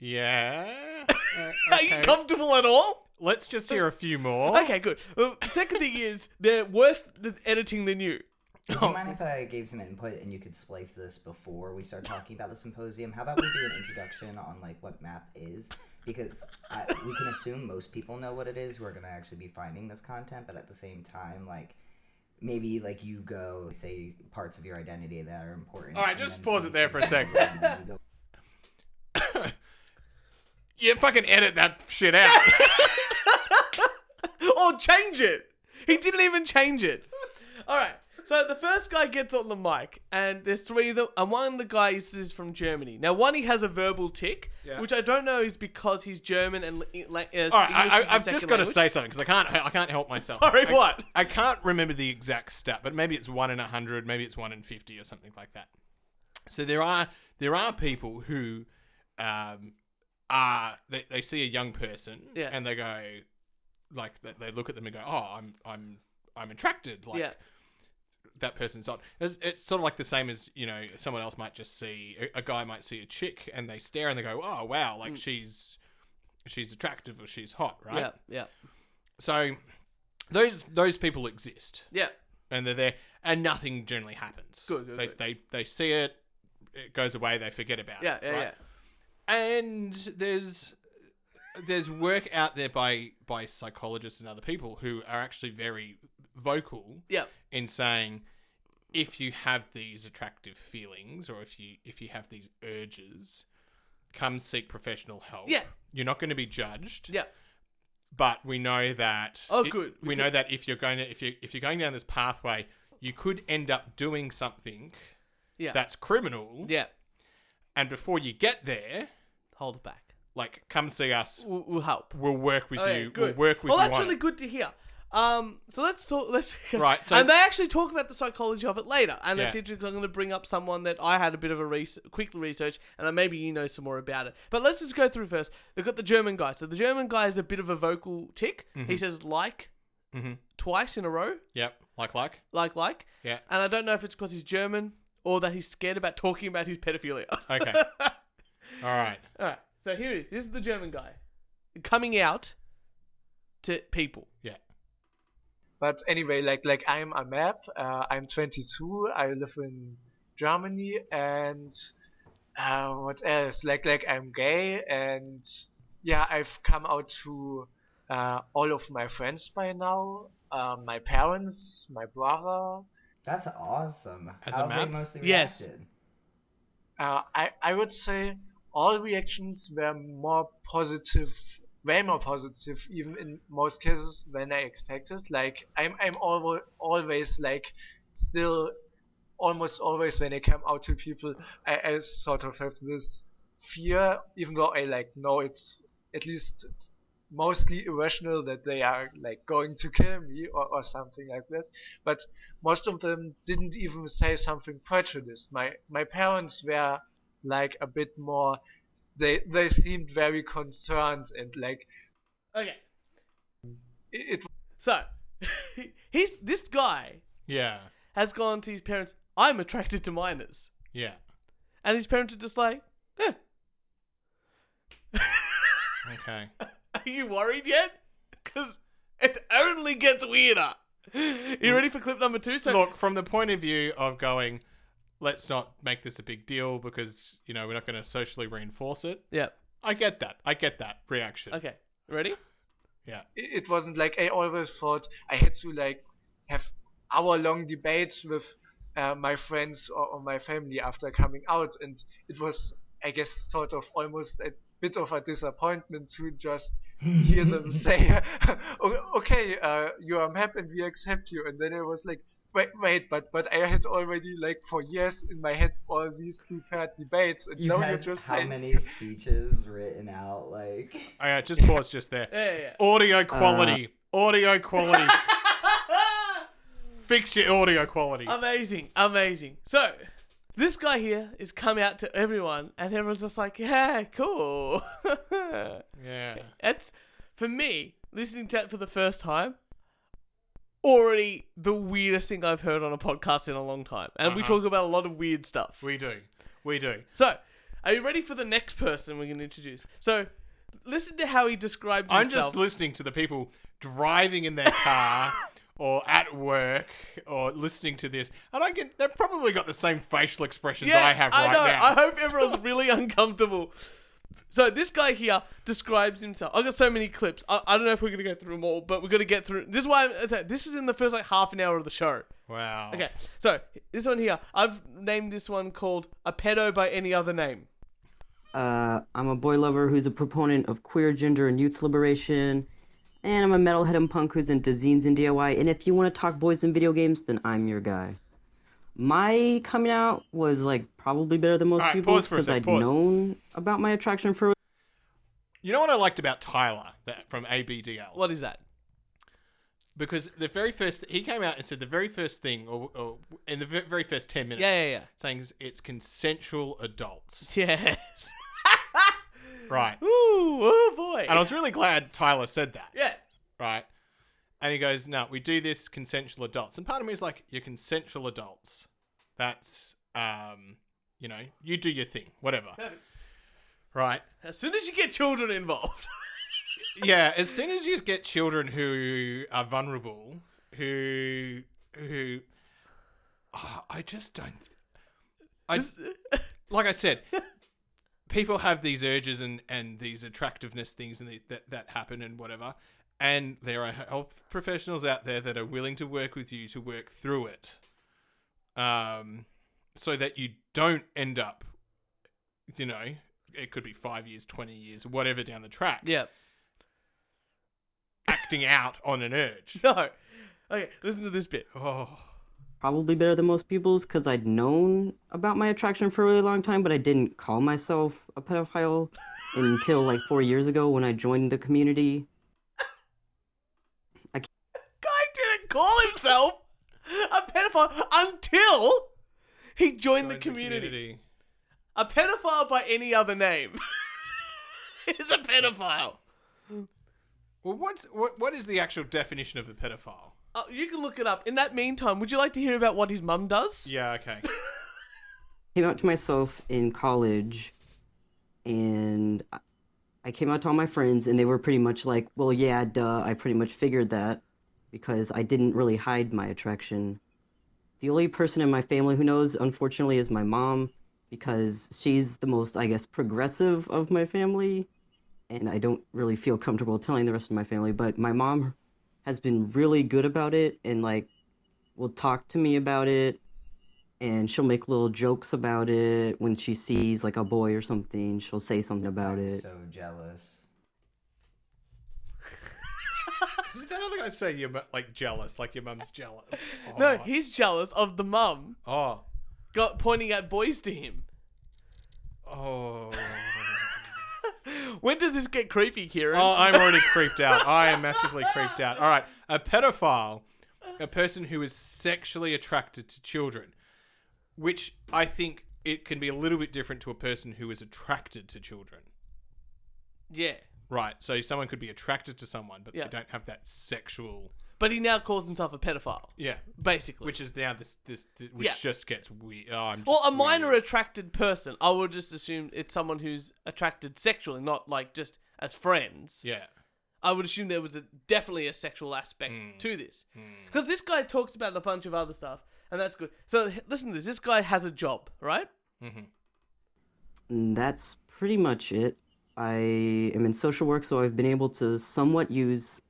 Yeah. Uh, Are okay. Oh. you comfortable at all? Let's just hear a few more. Okay, good. Well, second thing is they're worse than editing than you. Would Oh. you mind if I gave some input and you could splice this before we start talking about the symposium? How about we do an introduction on like what map is? Because I, we can assume most people know what it is who are going to actually be finding this content, but at the same time, like maybe like you go say parts of your identity that are important. All right, and just then pause we it there see for a second. and then we go- Yeah, fucking edit that shit out. or change it. He didn't even change it. All right. So the first guy gets on the mic, and there's three of them. And one of the guys is from Germany. Now, one he has a verbal tick, Yeah. which I don't know is because he's German and la- uh, English All right, I, is his I, I've second just got to language. say something because I can't. I can't help myself. Sorry, I- what? I can't remember the exact stat, but maybe it's one in a hundred, maybe it's one in fifty, or something like that. So there are there are people who um, are they, they see a young person Yeah. and they go like they, they look at them and go, oh, I'm I'm I'm attracted. Like yeah. that person's on. It's, it's sort of like the same as you know someone else might just see a, a guy might see a chick and they stare and they go, oh wow, like she's she's attractive or she's hot, right? Mm. yeah, yeah, So those those people exist yeah, and they're there and nothing generally happens. Good, good, they, good. they they see it, it goes away, they forget about yeah, it. yeah, right? yeah. And there's there's work out there by by psychologists and other people who are actually very vocal Yeah. in saying if you have these attractive feelings or if you if you have these urges, come seek professional help. Yeah. You're not going to be judged Yeah. but we know that Oh, it- good. we know that if you're going to if you if you're going down this pathway you could end up doing something Yeah. that's criminal Yeah. and before you get there Hold it back. like come see us We'll, we'll help. we'll work with Okay, you good. we'll work with well, you that's on really it. good to hear. Um, so let's talk. Let's Right, so- and they actually talk about the psychology of it later, and it's Yeah. interesting. 'cause I'm going to bring up someone that I had a bit of a res- quick research, and then maybe you know some more about it. But let's just go through first. They've got the German guy. So the German guy is a bit of a vocal tick. Mm-hmm. He says like twice in a row, yep like like like like, yeah and I don't know if it's because he's German or that he's scared about talking about his pedophilia. okay all right All right, so here it is. This is the German guy coming out to people. yeah but anyway, like like I'm Amap. Uh, I'm 22. I live in Germany, and uh, what else? Like like I'm gay, and yeah, I've come out to uh, all of my friends by now. Uh, my parents, my brother. That's awesome. As a How have they map? mostly Yes. reacted? Uh, I I would say all reactions were more positive. Way more positive, even in most cases, than I expected. Like I'm, I'm always, always like, still almost always when I come out to people, I, I sort of have this fear, even though I like know it's at least mostly irrational that they are like going to kill me or, or something like that. But most of them didn't even say something prejudiced. My my parents were like a bit more. They they seemed very concerned and like Okay. it, it So, he's this guy yeah has gone to his parents. I'm attracted to minors, yeah and his parents are just like, "Eh, okay "Are you worried yet? Because it only gets weirder." You ready for clip number two? So, look from the point of view of going let's not make this a big deal because you know we're not going to socially reinforce it yeah. i get that i get that reaction Okay. Ready? yeah it wasn't like I always thought I had to like have hour long debates with uh, my friends or, or my family after coming out, and it was I guess sort of almost a bit of a disappointment to just hear them say, "O- "Okay, uh, you are map and we accept you," and then I was like. Wait, wait, but but I had already like for years in my head all these prepared debates, and You've now you had just how say, many speeches written out? Like, All right, Oh, just pause just there. Yeah, yeah, Audio quality. audio quality. Fix your audio quality. Um, Amazing, amazing. So, this guy here is come out to everyone, and everyone's just like, "Yeah, cool." yeah. That's for me listening to it for the first time. Or already the weirdest thing I've heard on a podcast in a long time. And we talk about a lot of weird stuff. We do. We do. so, are you ready for the next person we're going to introduce? So, listen to how he describes I'm himself. just listening to the people driving in their car or at work or listening to this, and I can. They've probably got the same facial expressions I have right I know. now. I hope everyone's really uncomfortable. So this guy here describes himself. I've got so many clips. I, I don't know if we're gonna go through them all, but we're gonna get through. This is why I'm, I said this is in the first like half an hour of the show. wow. Okay, so this one here, I've named this one called a pedo by any other name. Uh, I'm a boy lover who's a proponent of queer gender and youth liberation. And I'm a metalhead and punk who's into zines and DIY. And if you want to talk boys and video games, then I'm your guy. My coming out was like probably better than most All right, people pause for a because sec, I'd pause. known about my attraction for You know what I liked about Tyler that, from ABDL? What is that? because the very first he came out and said the very first thing, or, or in the ve- very first ten minutes, Yeah, yeah, yeah. saying it's- it's consensual adults, Yes. right? Ooh, oh boy. And I was really glad Tyler said that, yeah. right? And he goes, "No, we do this consensual adults." And part of me is like, "You're consensual adults. That's, um, you know, you do your thing, whatever." Right? As soon as you get children involved. yeah, as soon as you get children who are vulnerable, who who Ah, I just don't I like I said, people have these urges and and these attractiveness things and the, that that happen and whatever. And there are health professionals out there that are willing to work with you to work through it. Um so that you don't end up you know, it could be 5 years, 20 years, whatever down the track yeah. acting out on an urge. No. Okay, listen to this bit. Oh, probably better than most people's because I'd known about my attraction for a really long time, but I didn't call myself a pedophile until like four years ago when I joined the community. Guy didn't call himself a pedophile until he joined the community. A pedophile by any other name is a pedophile. Well, what's what, what is the actual definition of a pedophile? Uh, you can look it up. In that meantime, would you like to hear about what his mum does? Yeah, okay. Came out to myself in college, and I- I came out to all my friends, and they were pretty much like, "Well, yeah, duh." I pretty much figured that because I didn't really hide my attraction. The only person in my family who knows, unfortunately, is my mom because she's the most, I guess, progressive of my family. And I don't really feel comfortable telling the rest of my family, but my mom has been really good about it and, like, will talk to me about it. And she'll make little jokes about it when she sees, like, a boy or something. She'll say something about I'm it. so jealous. Did that other guy say you're mu- like jealous, like your mum's jealous? Oh. No, he's jealous of the mum oh, got pointing out boys to him. oh, When does this get creepy, Kieran? oh! I'm already creeped out. I am massively creeped out. All right, a pedophile, a person who is sexually attracted to children, which I think it can be a little bit different to a person who is attracted to children. yeah, Right. So someone could be attracted to someone, but Yeah. they don't have that sexual. but he now calls himself a pedophile, Yeah. basically. Which is now this this, th- which Yeah. just gets weird. Oh, I'm just well, um, a minor weird. attracted person, I would just assume it's someone who's attracted sexually, not like just as friends. Yeah. I would assume there was a, definitely a sexual aspect Hmm. to this. Because this guy talks about a bunch of other stuff, and that's good. So h- listen to this. This guy has a job, right? And Mm, that's pretty much it. I am in social work, so I've been able to somewhat use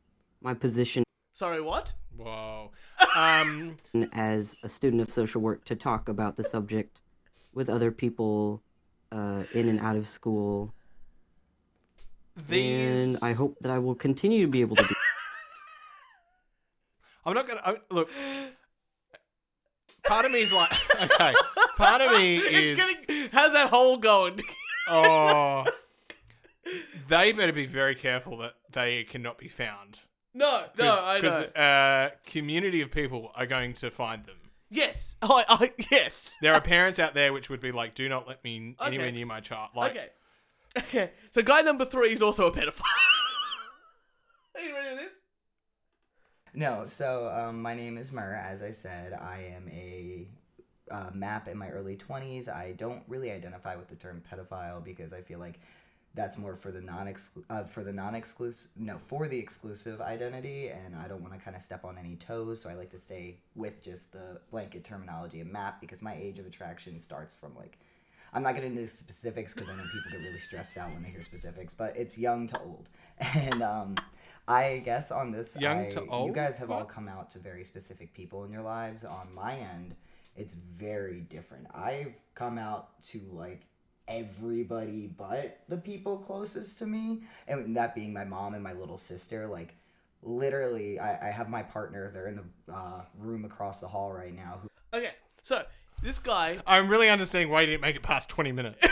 my position Sorry, what? Whoa. Um. as a student of social work to talk about the subject with other people uh, in and out of school. These. And I hope that I will continue to be able to do I'm not gonna I, look. Part of me is like okay. Part of me It's is getting. How's that hole going? oh. They better be very careful that they cannot be found. no, no, I know. Because uh, community of people are going to find them. yes, I, I, yes. There are parents out there which would be like, "Do not let me anywhere Okay. near my child." Like, okay, okay. So guy number three is also a pedophile. Are you ready for this? No, so um, my name is Mur. As I said, I am a uh, map in my early 20s. I don't really identify with the term pedophile because I feel like that's more for the non uh, for the non exclusive no for the exclusive identity, and I don't want to kind of step on any toes. So I like to stay with just the blanket terminology of map because my age of attraction starts from like. I'm not getting into specifics because I know people get really stressed out when they hear specifics, but it's young to old. And um, I guess on this, Young I- to you old? guys have all What? come out to very specific people in your lives. On my end, it's very different. I've come out to like everybody but the people closest to me, and that being my mom and my little sister. Like, literally, I, I have my partner. They're in the uh, room across the hall right now. Who Okay, so this guy, I'm really understanding why you didn't make it past 20 minutes.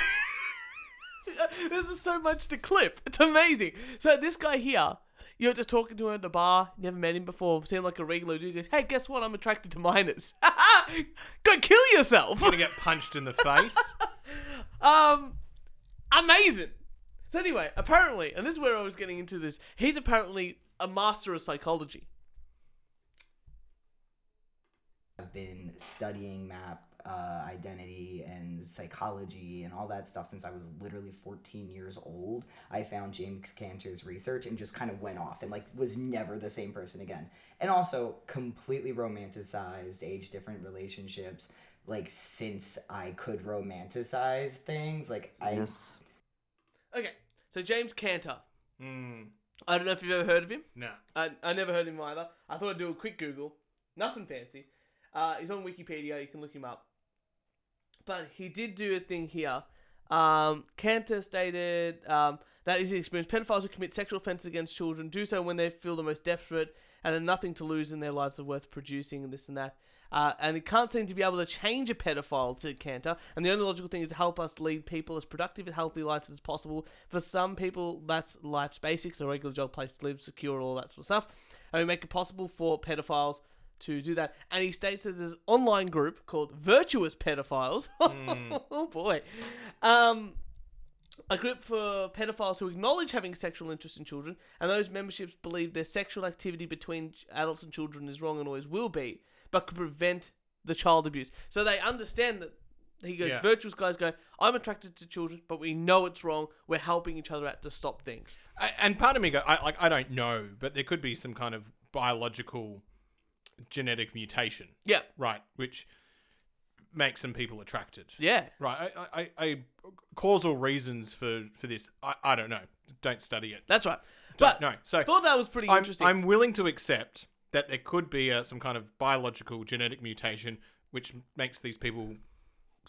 this is so much to clip. It's amazing. So this guy here, you're just talking to him at the bar, never met him before, seemed like a regular dude. Goes, hey, guess what? I'm attracted to minors. Go kill yourself. gonna get punched in the face. Um, amazing. So anyway, apparently, and this is where I was getting into this. He's apparently a master of psychology. have been studying map uh, identity and psychology and all that stuff since I was literally 14 years old. I found James Cantor's research and just kind of went off and like was never the same person again. And also completely romanticized age different relationships. Like since I could romanticize things, like I Yes. Okay, so James Cantor. Mm, I don't know if you've ever heard of him. no. I, I never heard of him either. I thought I'd do a quick Google. Nothing fancy. Uh, he's on Wikipedia. You can look him up. But he did do a thing here. Um, Cantor stated um, that is his experience. Pedophiles who commit sexual offences against children do so when they feel the most desperate and have nothing to lose in their lives are worth producing and this and that. Uh, and it can't seem to be able to change a pedophile to Cantor. And the only logical thing is to help us lead people as productive and healthy lives as possible. For some people, that's life's basics a regular job, place to live, secure, all that sort of stuff. And we make it possible for pedophiles to do that. And he states that there's an online group called Virtuous Pedophiles. Hmm. oh boy. Um, a group for pedophiles who acknowledge having sexual interest in children, and those memberships believe their sexual activity between adults and children is wrong and always will be, but could prevent the child abuse. So they understand that he goes, Yeah. virtuous guys go, I'm attracted to children, but we know it's wrong. We're helping each other out to stop things. I, and part of me go, I, like, I don't know, but there could be some kind of biological genetic mutation, Yeah. right, which makes some people attracted. Yeah. Right. I, I, I causal reasons for, for this, I, I don't know. Don't study it. That's right. Don't But know. So I thought that was pretty I'm, interesting. I'm willing to accept that there could be uh, some kind of biological genetic mutation which makes these people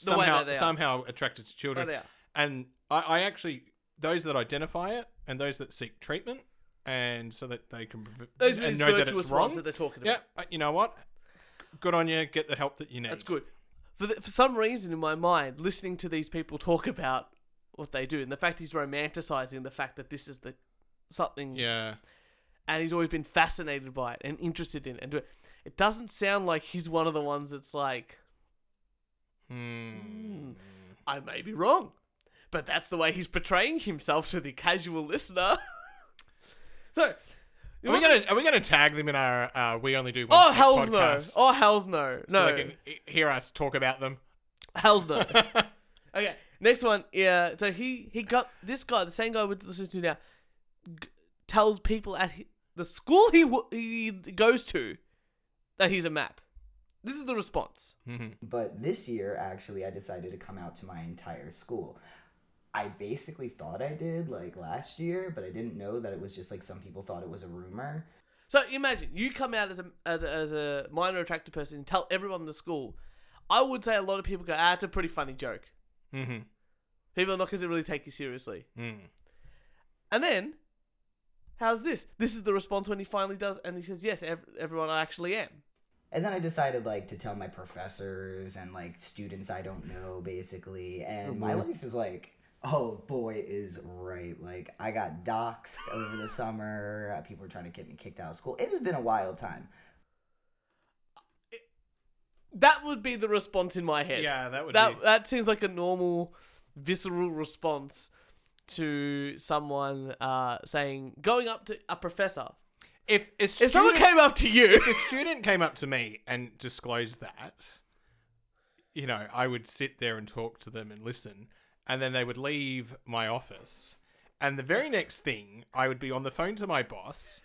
The way somehow that they are. somehow attracted to children. Way they are. And I, I actually those that identify it and those that seek treatment and so that they can prov- Those are and these know that virtuous it's ones wrong. that they're talking yeah, about. uh, you know what? Good on you. Get the help that you need. That's good. For, the, for some reason in my mind, listening to these people talk about what they do and the fact he's romanticizing the fact that this is the something Yeah. and he's always been fascinated by it and interested in it and do it. It doesn't sound like he's one of the ones that's like, Mm. Hmm. I may be wrong, but that's the way he's portraying himself to the casual listener. so, Are we gonna are we gonna tag them in our uh, we only do one Oh take hell's no! podcast Oh hell's no! No, so they can he- hear us talk about them? Hell's no. okay, next one. Yeah, so he he got this guy, the same guy we're listening to now, g- tells people at hi- the school he w- he goes to that he's a map. This is the response. But this year, actually, I decided to come out to my entire school. I basically thought I did like last year, but I didn't know that it was just like some people thought it was a rumor. So imagine you come out as a as a, as a minor attracted person and tell everyone in the school. I would say a lot of people go, ah, it's a pretty funny joke. hmm People are not going to really take you seriously. Mm. And then, how's this? This is the response when he finally does, and he says, yes, ev- everyone, I actually am. And then I decided like to tell my professors and like students I don't know basically. And my life is like, oh boy, is right. Like I got doxxed over the summer. Uh, People were trying to get me kicked out of school. It has been a wild time. That would be the response in my head. Yeah, that would that be. that seems like a normal, visceral response to someone uh, saying going up to a professor if a student, If someone came up to you, if a student came up to me and disclosed that, you know, I would sit there and talk to them and listen, and then they would leave my office. And the very next thing, I would be on the phone to my boss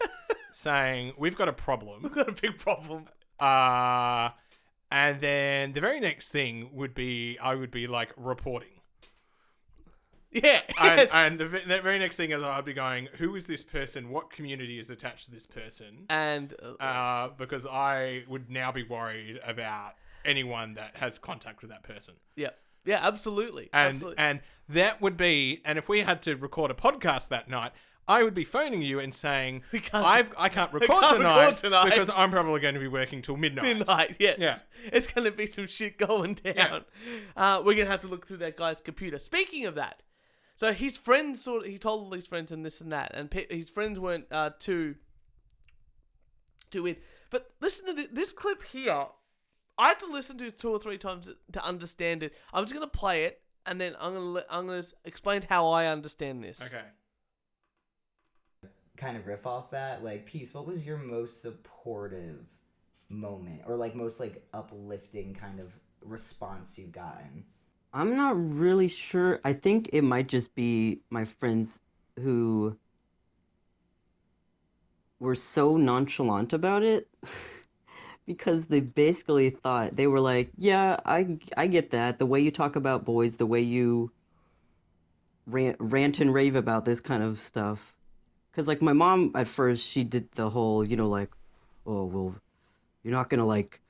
saying, We've got a problem. got a big problem. Uh, and then the very next thing would be, I would be like reporting. Yeah. and, yes. and the, ve- the very next thing is I'd be going, who is this person? What community is attached to this person? and uh, Uh, because I would now be worried about anyone that has contact with that person. yeah, yeah, absolutely, And absolutely. and that would be and if we had to record a podcast that night, I would be phoning you and saying can't- I've I can't record, can't tonight, record tonight." because I'm probably going to be working till midnight. Midnight, yes. Yeah. It's going to be some shit going down. Uh, we're going to have to look through that guy's computer. Speaking of that, so his friends sort of, he told all his friends and this and that, and pe- his friends weren't uh, too, too in. But listen to thi- this clip here. I had to listen to it two or three times to understand it. I'm just going to play it, and then I'm going to let, I'm going to explain how I understand this. Okay. kind of riff off that like peace what was your most supportive moment or like most like uplifting kind of response you've gotten I'm not really sure. I think it might just be my friends who were so nonchalant about it because they basically thought they were like, "Yeah, I I get that. The way you talk about boys, the way you rant, rant and rave about this kind of stuff." Cuz like my mom at first she did the whole, you know, like, "Oh, well, you're not going to like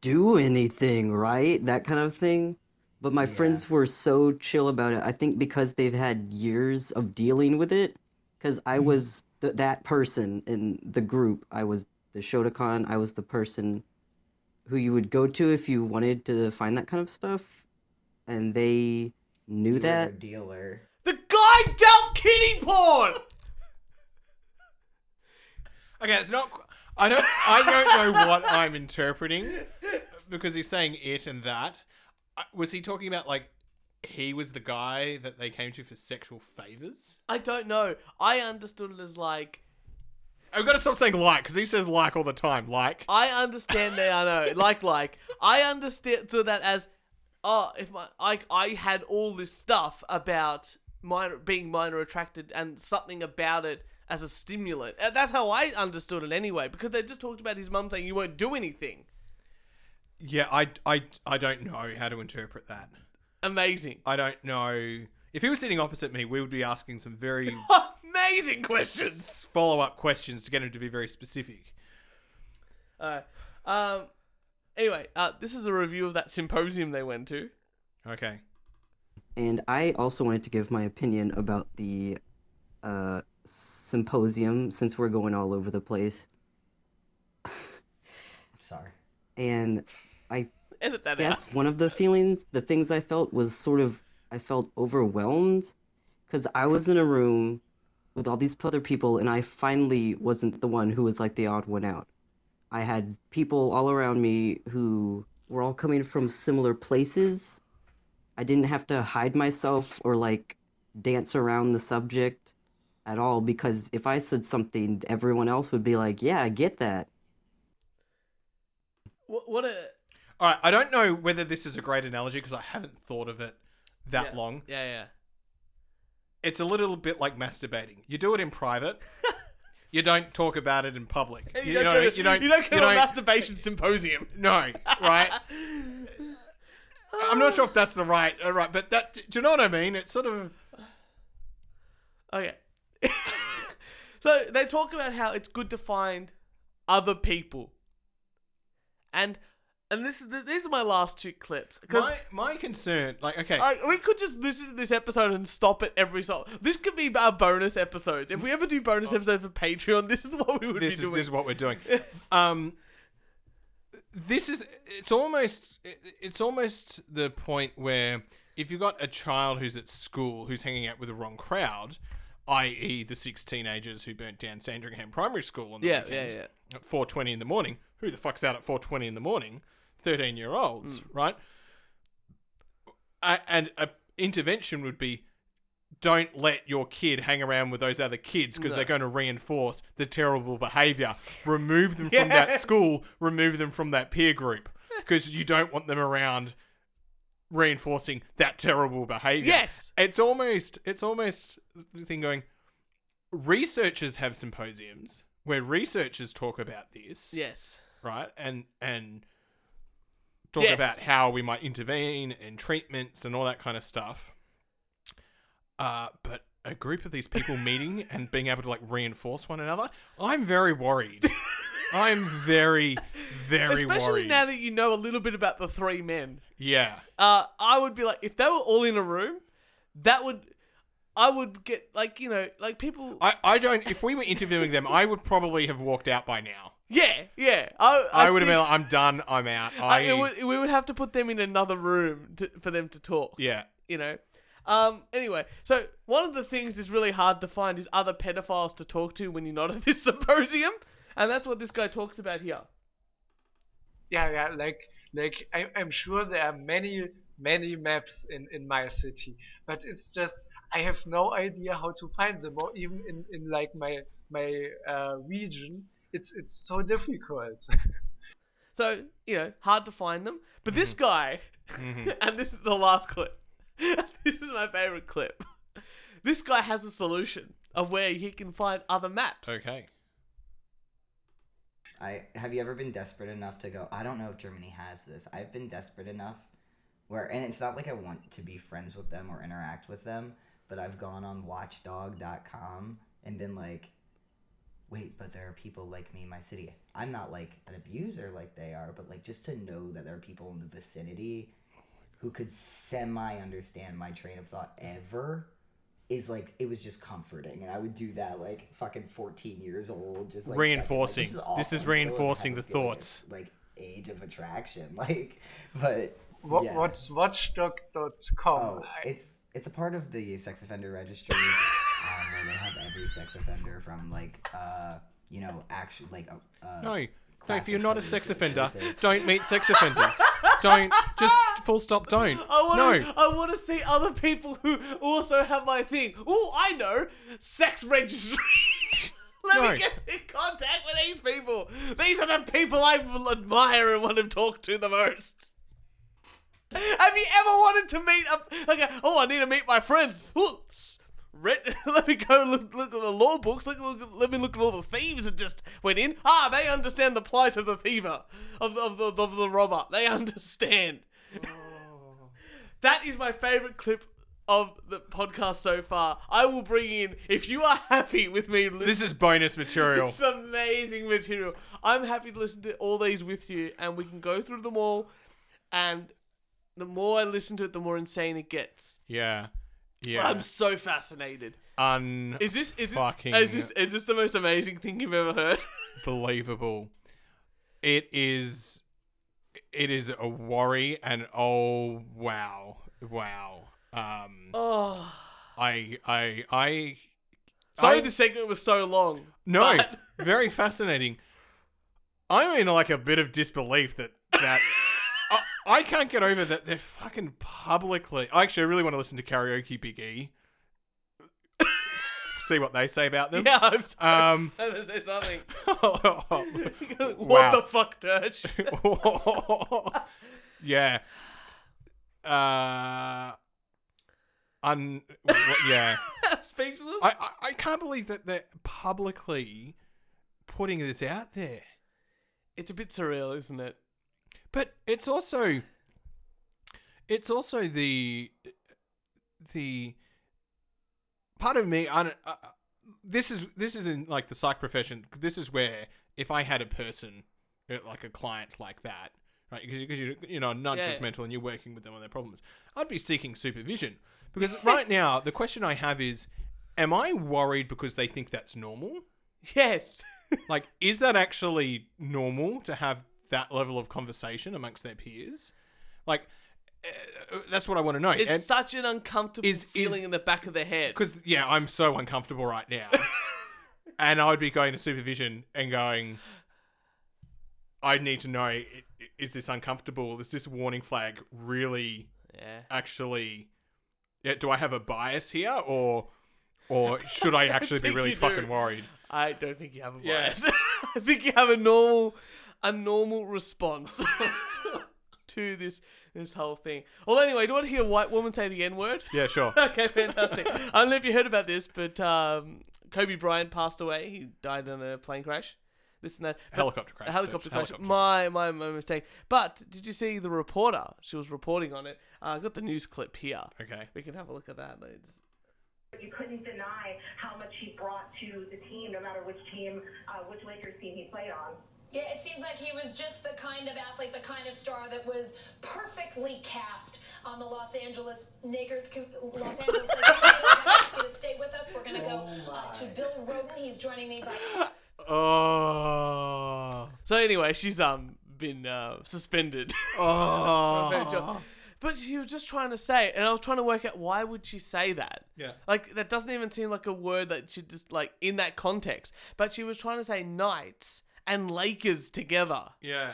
do anything, right? That kind of thing. But my friends were so chill about it. I think because they've had years of dealing with it, because I was th- that person in the group. I was the Shotokan. I was the person who you would go to if you wanted to find that kind of stuff. And they knew You were that. a dealer The guy dealt kitty porn! Okay, it's not. qu- I don't. I don't know what I'm interpreting because he's saying it and that. I- Was he talking about like he was the guy that they came to for sexual favors? I don't know. I understood it as like, I've got to stop saying like because he says like all the time. Like I understand that I know, like, like I understood to that as, oh, if my, I, I had all this stuff about minor being minor attracted and something about it as a stimulant. Uh, That's how I understood it anyway, because they just talked about his mum saying you won't do anything. yeah, I I I don't know how to interpret that. Amazing, I don't know. If he was sitting opposite me, we would be asking some very amazing questions. follow up questions to get him to be very specific. All right. Um. Anyway, uh, this is a review of that symposium they went to. Okay. And I also wanted to give my opinion about the uh, symposium since we're going all over the place. sorry And I Edit that out. guess one of the feelings, the things I felt was sort of, I felt overwhelmed because I was in a room with all these other people and I finally wasn't the one who was like the odd one out. I had people all around me who were all coming from similar places. I didn't have to hide myself or like dance around the subject at all because if I said something, everyone else would be like, yeah, I get that. What, what a All right. I don't know whether this is a great analogy because I haven't thought of it that yeah, long. Yeah, yeah. it's a little bit like masturbating. You do it in private. you don't talk about it in public. You, don't, go to, you don't. go to a masturbation symposium. No, right? I'm not sure if that's the right. All right, but that. Do you know what I mean? It's sort of. Okay. so they talk about how it's good to find other people, and and this is the, these are my last two clips because My my concern, like, okay, we could just listen to this episode and stop at every song. This could be our bonus episodes. If we ever do bonus episodes for Patreon, this is what we would Oh. be this is doing. this is what we're doing. um, this is it's almost it- it's almost the point where if you got a child who's at school who's hanging out with the wrong crowd, i.e., the six teenagers who burnt down Sandringham Primary School on the Yeah, yeah, weekends yeah. at four twenty in the morning. Who the fuck's out at four twenty in the morning? Thirteen year olds, right? I, and a intervention would be don't let your kid hang around with those other kids because they're going to reinforce the terrible behavior. Remove them from that Yes. school, remove them from that peer group because you don't want them around reinforcing that terrible behavior. Yes. It's almost it's almost the thing going researchers have symposiums where researchers talk about this Yes. right and and talk Yes. about how we might intervene and treatments and all that kind of stuff uh but a group of these people meeting and being able to like reinforce one another i'm very worried i'm very very Especially worried now that you know a little bit about the three men. yeah Uh, I would be like, if they were all in a room, that would, I would get like you know like people. I, I don't if we were interviewing them i would probably have walked out by now yeah, yeah. I i, would have think- been like i'm done i'm out I, i, it would, we would have to put them in another room to, for them to talk. yeah You know. Um. Anyway, so one of the things is really hard to find is other pedophiles to talk to when you're not at this symposium, and that's what this guy talks about here. Yeah, yeah, like like I, I'm sure there are many many maps in in my city, but it's just I have no idea how to find them or even in in like my my uh, region. It's it's so difficult. So you know, hard to find them. But this Mm-hmm. guy, and this is the last clip. this is my favorite clip. This guy has a solution of where he can find other maps. okay I have you ever been desperate enough to go? I don't know if Germany has this. I've been desperate enough where, and it's not like I want to be friends with them or interact with them, but I've gone on Watchdog.com and been like, wait, but there are people like me in my city. I'm not like an abuser like they are, but like just to know that there are people in the vicinity Oh who could semi understand my train of thought ever is like it was just comforting and i would do that like fucking 14 years old just like checking, like, Reinforcing. which This awesome, is because I wouldn't reinforcing have the to feel like thoughts. it's, like age of attraction like but What yeah. what's watchdog.com? oh I- it's it's a part of the sex offender registry um, where they have every sex offender from like uh you know actually like uh, uh, No, no. If classic you're not a Hollywood sex movies offender, with this. don't meet sex offenders. don't just full stop. Don't. I want to. no. I want to see other people who also have my thing. Oh, I know, sex registry. Let No. me get in contact with these people. These are the people I will admire and want to talk to the most. Have you ever wanted to meet up? Like, a, oh, I need to meet my friends. Ooh, s- re- let me go look, look at the law books. Look, look, at- let me look at all the thieves that just went in. Ah, they understand the plight of the thiever, of, of, the, of the robber. They understand. That is my favorite clip of the podcast so far. I will bring in if you are happy with me. Listening, This is bonus material. it's amazing material. I'm happy to listen to all these with you, and we can go through them all. And the more I listen to it, the more insane it gets. Yeah. Yeah. I'm so fascinated. Un- Is this is Fucking- it, is this is this the most amazing thing you've ever heard? believable. It is it is a worry and oh wow. Wow. Um Oh, I I I sorry, I- this segment was so long. No, but- very fascinating. I'm in like a bit of disbelief that that I, I can't get over that they're fucking publicly. Actually, I really want to listen to karaoke Big E. See what they say about them. yeah, I'm sorry. Um. I'm gonna say something. what Wow. the fuck, Dirge? yeah. Uh. Un. wh- Yeah. Speechless. I, I I can't believe that they're publicly putting this out there. It's a bit surreal, isn't it? But it's also it's also the the part of me I don't, uh, this is this is in like the psych profession this is where if I had a person uh, like a client like that right because because you you know Yeah. non-judgmental and you're working with them on their problems I'd be seeking supervision because right now the question I have is am I worried because they think that's normal Yes. like is that actually normal to have that level of conversation amongst their peers like uh, that's what i want to know It's such an uncomfortable Is- is- feeling in the back of the head. because yeah i'm so uncomfortable right now and i would be going to supervision and going i need to know i- i- is this uncomfortable is this warning flag really Yeah. actually Yeah, do I have a bias here, or or should I actually be think really you do. fucking worried? I don't think you have a Yeah. bias. I think you have a normal, a normal response to this this whole thing. Well, anyway, do you want to hear a white woman say the N word? Yeah, sure. okay, fantastic. I don't know if you heard about this, but um, Kobe Bryant passed away. He died in a plane crash. This and that. But- Helicopter crash. A helicopter bitch. crash. Helicopter. My, my my mistake. But did you see the reporter? She was reporting on it. Uh, I got the news clip here. Okay. We can have a look at that. It's- You couldn't deny how much he brought to the team, no matter which team, uh, which Lakers team he played on. Yeah, it seems like he was just the kind of athlete, the kind of star that was perfectly cast on the Los Angeles Lakers. Los Angeles Lakers. going to stay with us. We're going to go uh, to Bill Roden. He's joining me by. Oh. So anyway, she's um been uh, suspended. Oh. But she was just trying to say, and I was trying to work out why would she say that. Yeah. Like that doesn't even seem like a word that she just like in that context. But she was trying to say Knights and Lakers together. Yeah.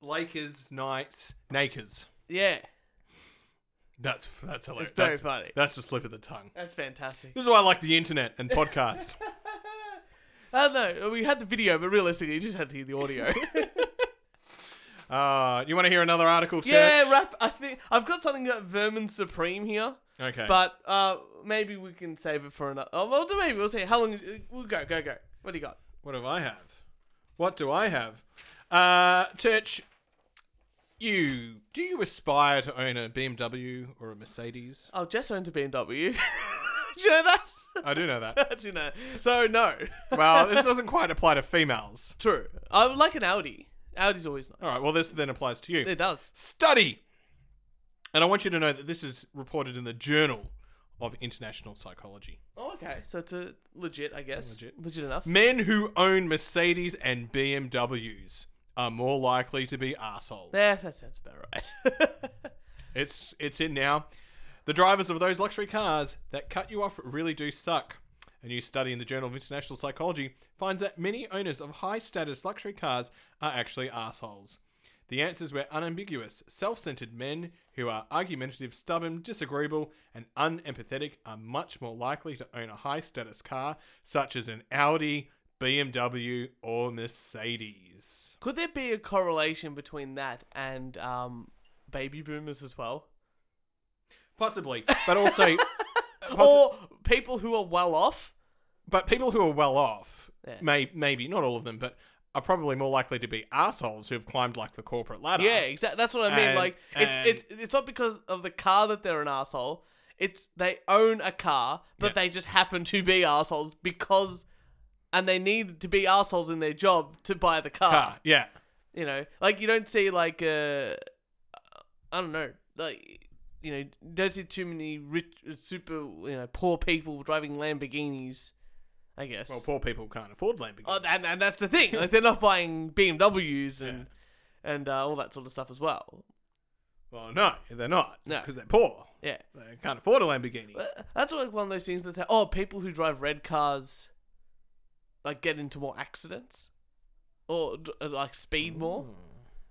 Lakers, Knights, Nakers. Yeah, That's that's hilarious. It's very that's, funny. That's a slip of the tongue. that's fantastic. This is why I like the internet and podcasts. I don't know. Uh, We had the video, but realistically, you just had to hear the audio. uh, you want to hear another article? Church? yeah, rap. I think I've got something about Vermin Supreme here, Okay. but uh, maybe we can save it for another. Oh, well, maybe we'll see. How long? uh, We'll go, go, go. What do you got? What do I have? What do I have? Uh, Church, you do you aspire to own a BMW or a Mercedes? Oh, Jess owned a BMW. do you know that? I do know that. do you know? So no. Well, this doesn't quite apply to females. True. I would like an Audi. Audi's always nice. All right. Well, this then applies to you. it does. Study, and I want you to know that this is reported in the Journal of International Psychology. Oh, okay. So it's a legit, I guess. Legit. Legit enough. Men who own Mercedes and BMWs are more likely to be assholes. Yeah, that sounds about right. It's it's in now. The drivers of those luxury cars that cut you off really do suck. A new study in the Journal of International Psychology finds that many owners of high status luxury cars are actually assholes. The answers were unambiguous. Self centered men who are argumentative, stubborn, disagreeable, and unempathetic are much more likely to own a high status car, such as an Audi, BMW, or Mercedes. Could there be a correlation between that and um, baby boomers as well? Possibly. But also, Or people who are well off? but people who are well off, Yeah. may maybe not all of them, but are probably more likely to be assholes who've climbed like the corporate ladder. Yeah, exactly. That's what I mean. And- like it's and- it's it's not because of the car that they're an asshole. It's they own a car, but Yeah. they just happen to be assholes because and they need to be assholes in their job to buy the car. Car, yeah, You know, like you don't see like uh I don't know, like you know, don't see too many rich, uh, super, you know, poor people driving Lamborghinis. I guess. Well, poor people can't afford Lamborghinis. Oh, and, and that's the thing. Like they're not buying BMWs and and uh, all that sort of stuff as well. well, no, they're not. No. because they're poor. Yeah, They can't afford a Lamborghini. But that's like one of those things that say, oh, people who drive red cars like get into more accidents or d- uh, like speed more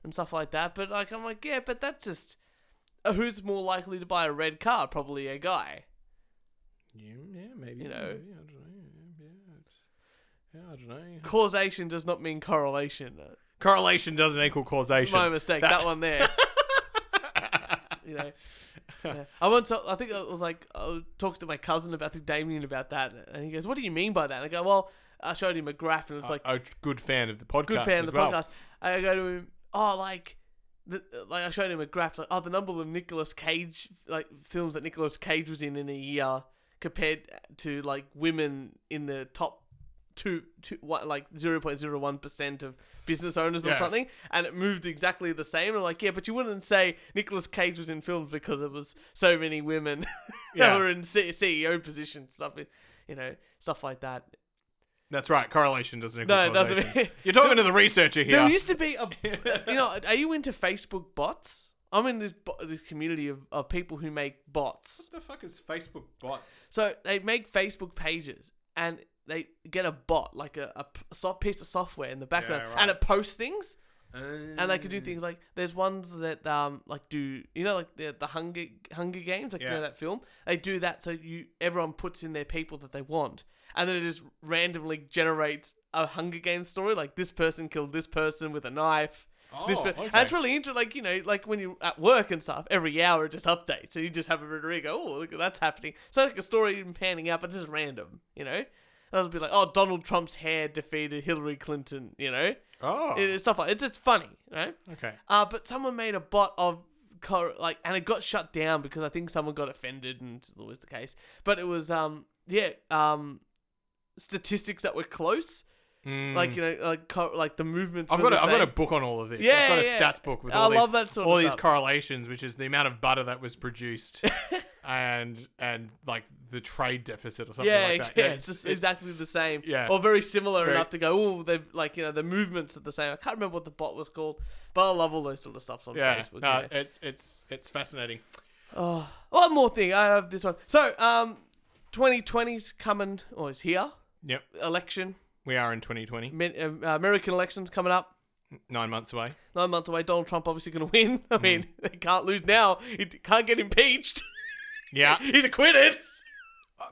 and stuff like that. But like I'm like, yeah, but that's just uh, who's more likely to buy a red car? Probably a guy. yeah, yeah, maybe. You know. maybe, I don't know. Yeah, yeah, I don't know. Causation does not mean correlation. Correlation doesn't equal causation. It's my mistake. That, one there. you know, Yeah. I once uh, I think I was like I talked to my cousin about the Damien about that, and he goes, "What do you mean by that?" And I go, "Well, I showed him a graph, and it's like a, a good fan of the podcast. good fan of as the well. podcast. I go to him, oh, like, the, like I showed him a graph, like, oh, the number of Nicolas Cage, like, films that Nicolas Cage was in in a year compared to, like, women in the top two, two what, like, 0.01% of business owners or Yeah. something. And it moved exactly the same. I'm like, yeah, but you wouldn't say Nicolas Cage was in films because there was so many women that Yeah. were in C- CEO positions, stuff, you know, stuff like that. That's right. Correlation doesn't equal No, it doesn't causation. mean- You're talking to the researcher here. There used to be a, you know, are you into Facebook bots? I'm in this, bo- this community of, of people who make bots. what the fuck is Facebook bots? So they make Facebook pages and they get a bot, like a, a p- so- piece of software in the background, right. Oh. and it posts things. and they could do things like there's ones that um like do you know like the the Hunger Hunger Games like you Yeah. know that film they do that so you everyone puts in their people that they want and then it just randomly generates a Hunger Games story like this person killed this person with a knife. This Oh, per- okay. and it's really interesting, like you know, like when you're at work and stuff. Every hour it just updates, so you just have a read and go, "Oh, look, that's happening." So like a story panning out, but just random, you know. And it'll be like, "Oh, Donald Trump's hair defeated Hillary Clinton," you know. Oh. It- it's stuff like it's it's funny, right? Okay. Uh, but someone made a bot of cor- like, and it got shut down because I think someone got offended, and it's always the case. But it was um yeah um statistics that were close, like you know like co- like the movements. Mm. I've were got the a, I've got a same. book on all of this. Yeah, I've got a yeah, yeah. stats book with I all these love that sort of all these stuff. correlations, which is the amount of butter that was produced and and like the trade deficit or something yeah, like ex- that. yeah, it's, just it's- exactly the same. yeah. Or very similar Very- enough to go, oh, they've like, you know, the movements are the same. I can't remember what the bot was called, but I love all those sort of stuffs on Yeah, Facebook. no, yeah. Oh, it's it's it's fascinating. One more thing. I have this one. So, um, 2020's coming, or is here. Yep, Election. we are in 2020, Min- uh, American election's coming up. nine months away. Nine months away. Donald Trump obviously going to win. I mean, Hmm. they can't lose now. He d- can't get impeached. Yeah, Uh, He's acquitted.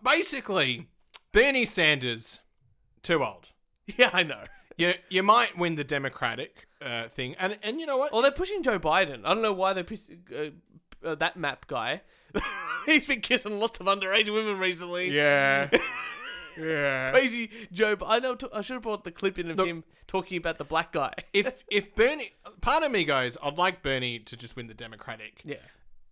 basically, Bernie Sanders, too old. Yeah, I know. You you might win the Democratic uh, thing, and and you know what? Well, they're pushing Joe Biden. I don't know why they're piss- uh, uh, that map guy. He's been kissing lots of underage women recently. Yeah, yeah. Crazy Joe. Bi- I know. I should have brought the clip in of Look- him talking about the black guy. If if Bernie, part of me goes, I'd like Bernie to just win the Democratic yeah.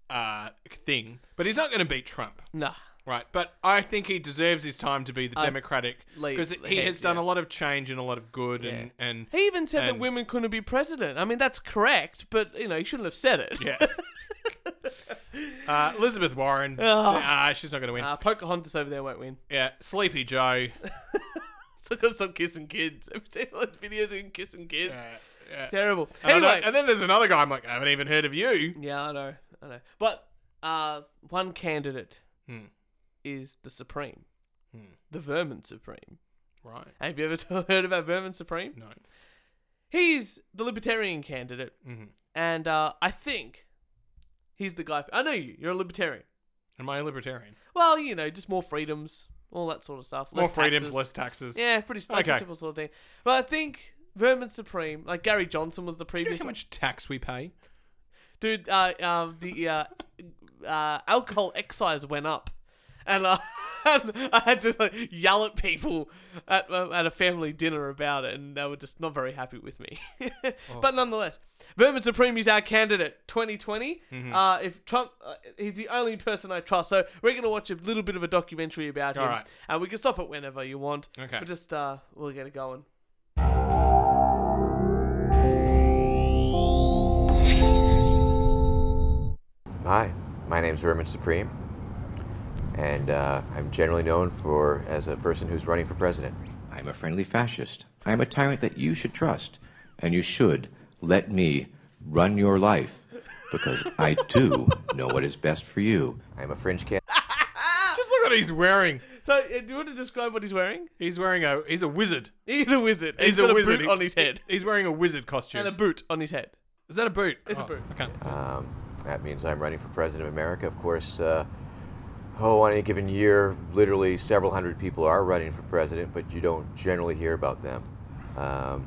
uh, thing, but he's not going to beat Trump. Nah. Right, but I think he deserves his time to be the Democratic lead- because he head, has done yeah. a lot of change and a lot of good, and and He even said that And- women couldn't be president. I mean, that's correct, but you know, he shouldn't have said it. yeah. uh, Elizabeth Warren, ah, she's not going to win. Uh, Pocahontas over there won't win. yeah, Sleepy Joe. It's because I'm kissing kids. I've seen all those videos of him kissing kids. Uh, yeah. Terrible. And, I don't- Anyway. and then there's another guy. I'm like, I haven't even heard of you. yeah, I know. I know. But uh, one candidate Hmm. is the Supreme, the Vermin Supreme. Right. Have you ever heard about Vermin Supreme? No. He's the Libertarian candidate, Mm-hmm. and uh, I think he's the guy. I know you. You're a Libertarian. Am I a libertarian? Well, you know, just more freedoms, all that sort of stuff. More less freedoms, taxes. less taxes. Yeah, pretty s- like a Okay. simple sort of thing. But I think Vermin Supreme, like Gary Johnson was the Do you know previous how much tax we pay? dude. Uh, um, the uh, uh, alcohol excise went up, and, uh, and I had to like, yell at people at uh, at a family dinner about it, and they were just not very happy with me. Oh. But nonetheless, Vermin Supreme is our candidate 2020. Mm-hmm. Uh, if Trump, uh, he's the only person I trust, so we're gonna watch a little bit of a documentary about him, Alright. and we can stop it whenever you want. Okay. but just uh, we'll get it going. Hi, my name is Vermin Supreme, and uh, I'm generally known for as a person who's running for president. I'm a friendly fascist. I'm a tyrant that you should trust. And you should let me run your life because I too know what is best for you. I'm a fringe candidate. Just look at what he's wearing. So, uh, do you want to describe what he's wearing? He's wearing a he's a wizard. He's a wizard. He's, He's got a a, wizard. boot on his head. He's wearing a wizard costume. And a boot on his head. Is that a boot? It's a Oh, boot. Okay. Um, that means I'm running for president of America. Of course, uh, oh, on any given year, literally several hundred people are running for president, but you don't generally hear about them. Um,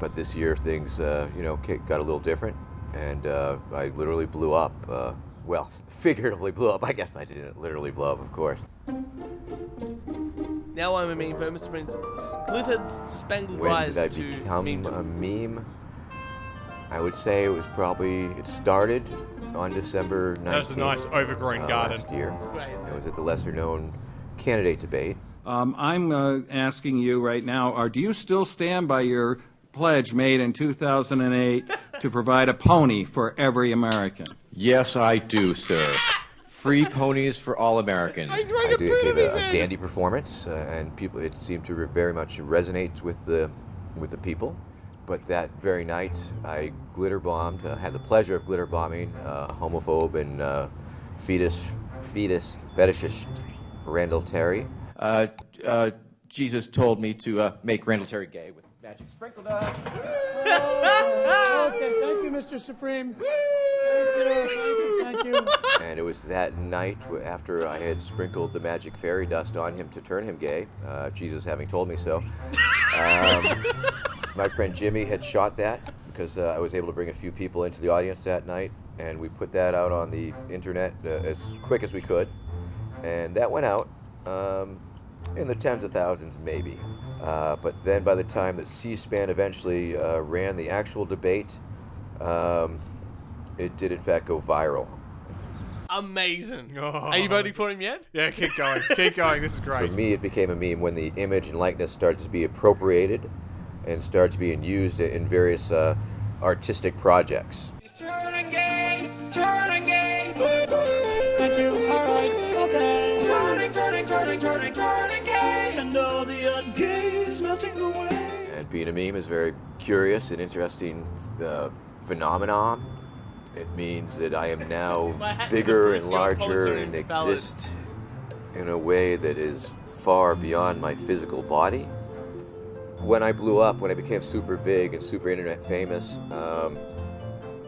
but this year, things uh, you know ki- got a little different, and uh, I literally blew up. Uh, well, figuratively blew up. I guess I didn't literally blow up, of course. Now I'm a meme. Vermin Springs s- glittered, spangled when rise did I to become a memedom. meme? I would say it was probably it started on December 19th. That's a nice overgrown uh, garden. Last year, great. it was at the lesser-known candidate debate. Um, I'm uh, asking you right now: Are do you still stand by your pledge made in 2008 to provide a pony for every American? Yes, I do, sir. Free ponies for all Americans. I did, gave a, a dandy performance, uh, and people it seemed to re- very much resonate with the with the people. But that very night, I glitter bombed. Uh, had the pleasure of glitter bombing uh, homophobe and uh, fetus fetus fetishist Randall Terry. Uh, uh, Jesus told me to uh, make Randall Terry gay with magic sprinkle dust. Okay, thank you, Mr. Supreme. Thank you, thank you, thank you. And it was that night w- after I had sprinkled the magic fairy dust on him to turn him gay, uh, Jesus having told me so. Um, my friend Jimmy had shot that because uh, I was able to bring a few people into the audience that night, and we put that out on the internet uh, as quick as we could. And that went out um, in the tens of thousands, maybe. Uh, but then by the time that C SPAN eventually uh, ran the actual debate, um, it did in fact go viral. Amazing. Oh. Are you voting for him yet? Yeah, keep going. Keep going. This is For great. me, it became a meme when the image and likeness started to be appropriated and started to be used in various uh, artistic projects. Turning gay, turning gay. Thank you. All right. Okay. Turning, turning, turning, turning, turning gay. And all the un- gays melting away. And being a meme is a very curious and interesting uh, phenomenon. It means that I am now My hat is bigger a and big yellow larger poser and in ballad. exist in a way that is far beyond my physical body. When I blew up, when I became super big and super internet famous, um,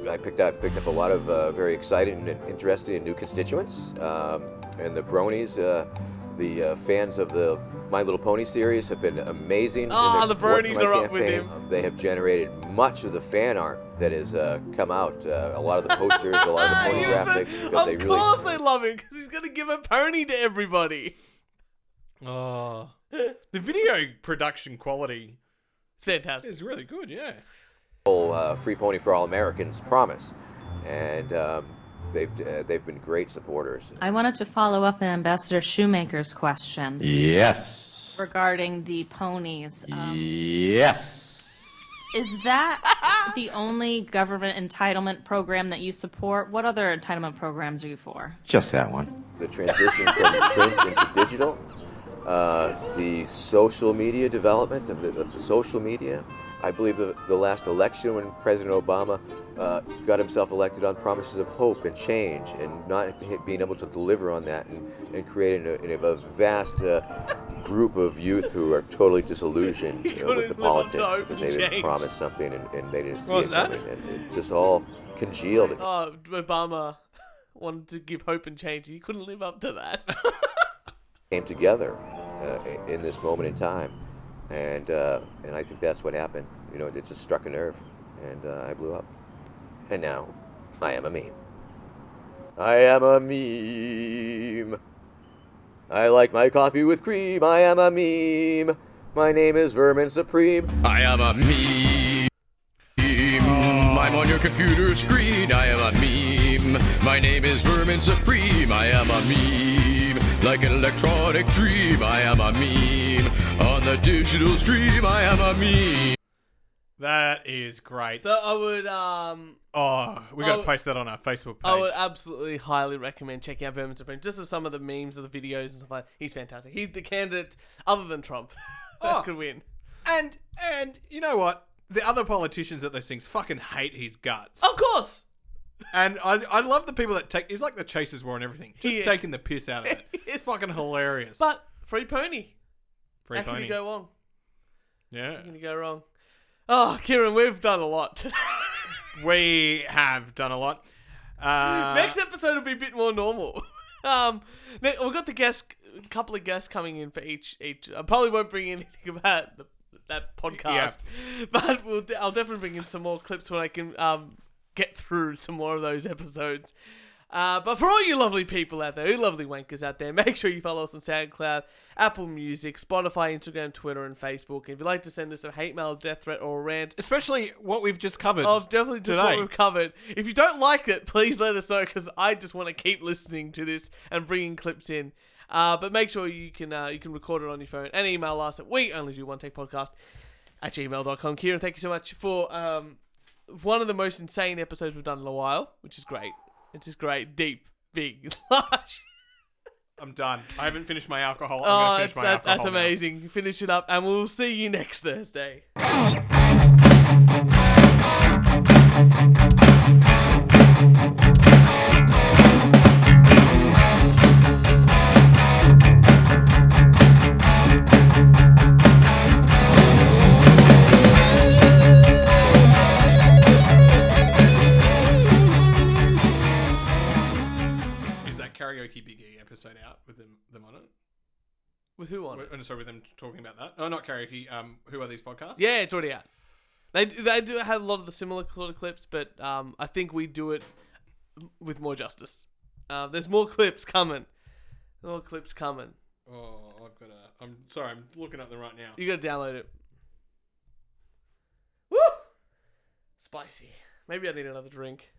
I picked up picked up a lot of uh, very exciting and interesting and new constituents, um, and the Bronies, uh, the uh, fans of the My Little Pony series, have been amazing. in Ah, their the support for Bronies my are up with campaign. um, him. They have generated much of the fan art that has uh, come out. Uh, a lot of the posters, a lot of the pony Ah, You said- graphics, because of they really course they love him because he's going to give a pony to everybody. Oh. The video production quality It's fantastic. is really good, yeah. whole uh, Free Pony for All Americans promise, and um, they've uh, they've been great supporters. I wanted to follow up on Ambassador Shoemaker's question Yes. regarding the ponies. Um, Yes. is that the only government entitlement program that you support? What other entitlement programs are you for? Just that one. the transition from print into digital, uh, the social media development of the, of the social media. I believe the, the last election when President Obama uh, got himself elected on promises of hope and change and not being able to deliver on that and, and creating a, a vast uh, group of youth who are totally disillusioned uh, with the couldn't live up to politics hope because and they change. didn't promise something and, and they didn't see was it that? coming. And it just all congealed. Oh, Obama wanted to give hope and change. He couldn't live up to that. came together uh, i- in this moment in time, and uh, and I think that's what happened. You know, it just struck a nerve, and uh, I blew up, and now I am a meme. I am a meme. I like my coffee with cream. I am a meme. My name is Vermin Supreme. I am a meme. I'm on your computer screen. I am a meme. My name is Vermin Supreme. I am a meme. Like an electronic dream. I am a meme. On the digital stream. I am a meme. That is great. so I would um oh, we got to Oh. post that on our Facebook page. I uh, would absolutely highly recommend checking out Vermin Supreme just for some of the memes of the videos and stuff like that. He's fantastic. He's the candidate other than Trump that Oh. could win. and and you know what? The other politicians at those things fucking hate his guts. Of course. And I, I love the people that take. He's like the Chasers War and everything. Just He is. taking the piss out of it. is. It's fucking hilarious. But free pony. Free How can pony. you go wrong? yeah. How can you go wrong? Oh, Kieran, we've done a lot today. We have done a lot. Uh, Next episode will be a bit more normal. um, ne- we've got the guest, a couple of guests coming in for each. Each. I probably won't bring anything about the, that podcast, but we'll. De- I'll definitely bring in some more clips when I can um get through some more of those episodes. Uh, but for all you lovely people out there, you lovely wankers out there, make sure you follow us on SoundCloud, Apple Music, Spotify, Instagram, Twitter, and Facebook. And if you'd like to send us a hate mail, death threat, or a rant, especially what we've just covered. of definitely just today. what we've covered. If you don't like it, please let us know because I just want to keep listening to this and bringing clips in. Uh, but make sure you can uh, you can record it on your phone and email us at we only do one take podcast at gmail.com. Kieran, thank you so much for um, one of the most insane episodes we've done in a while, which is great. It's just great, deep, big, large. I'm done. I haven't finished my alcohol. I'm Oh, gonna finish that's, my that, alcohol that's now. amazing. Finish it up, and we'll see you next Thursday. E With who on it? sorry, with them talking about that. Oh, not karaoke. Um, who are these podcasts? Yeah, it's already out. They do, they do have a lot of the similar sort of clips, but um, I think we do it with more justice. Uh, there's more clips coming. More clips coming. Oh, I've got a. I'm sorry. I'm looking at them right now. You gotta download it. Woo! Spicy. Maybe I need another drink.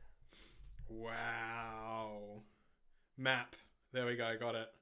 Wow. Map. There we go. Got it.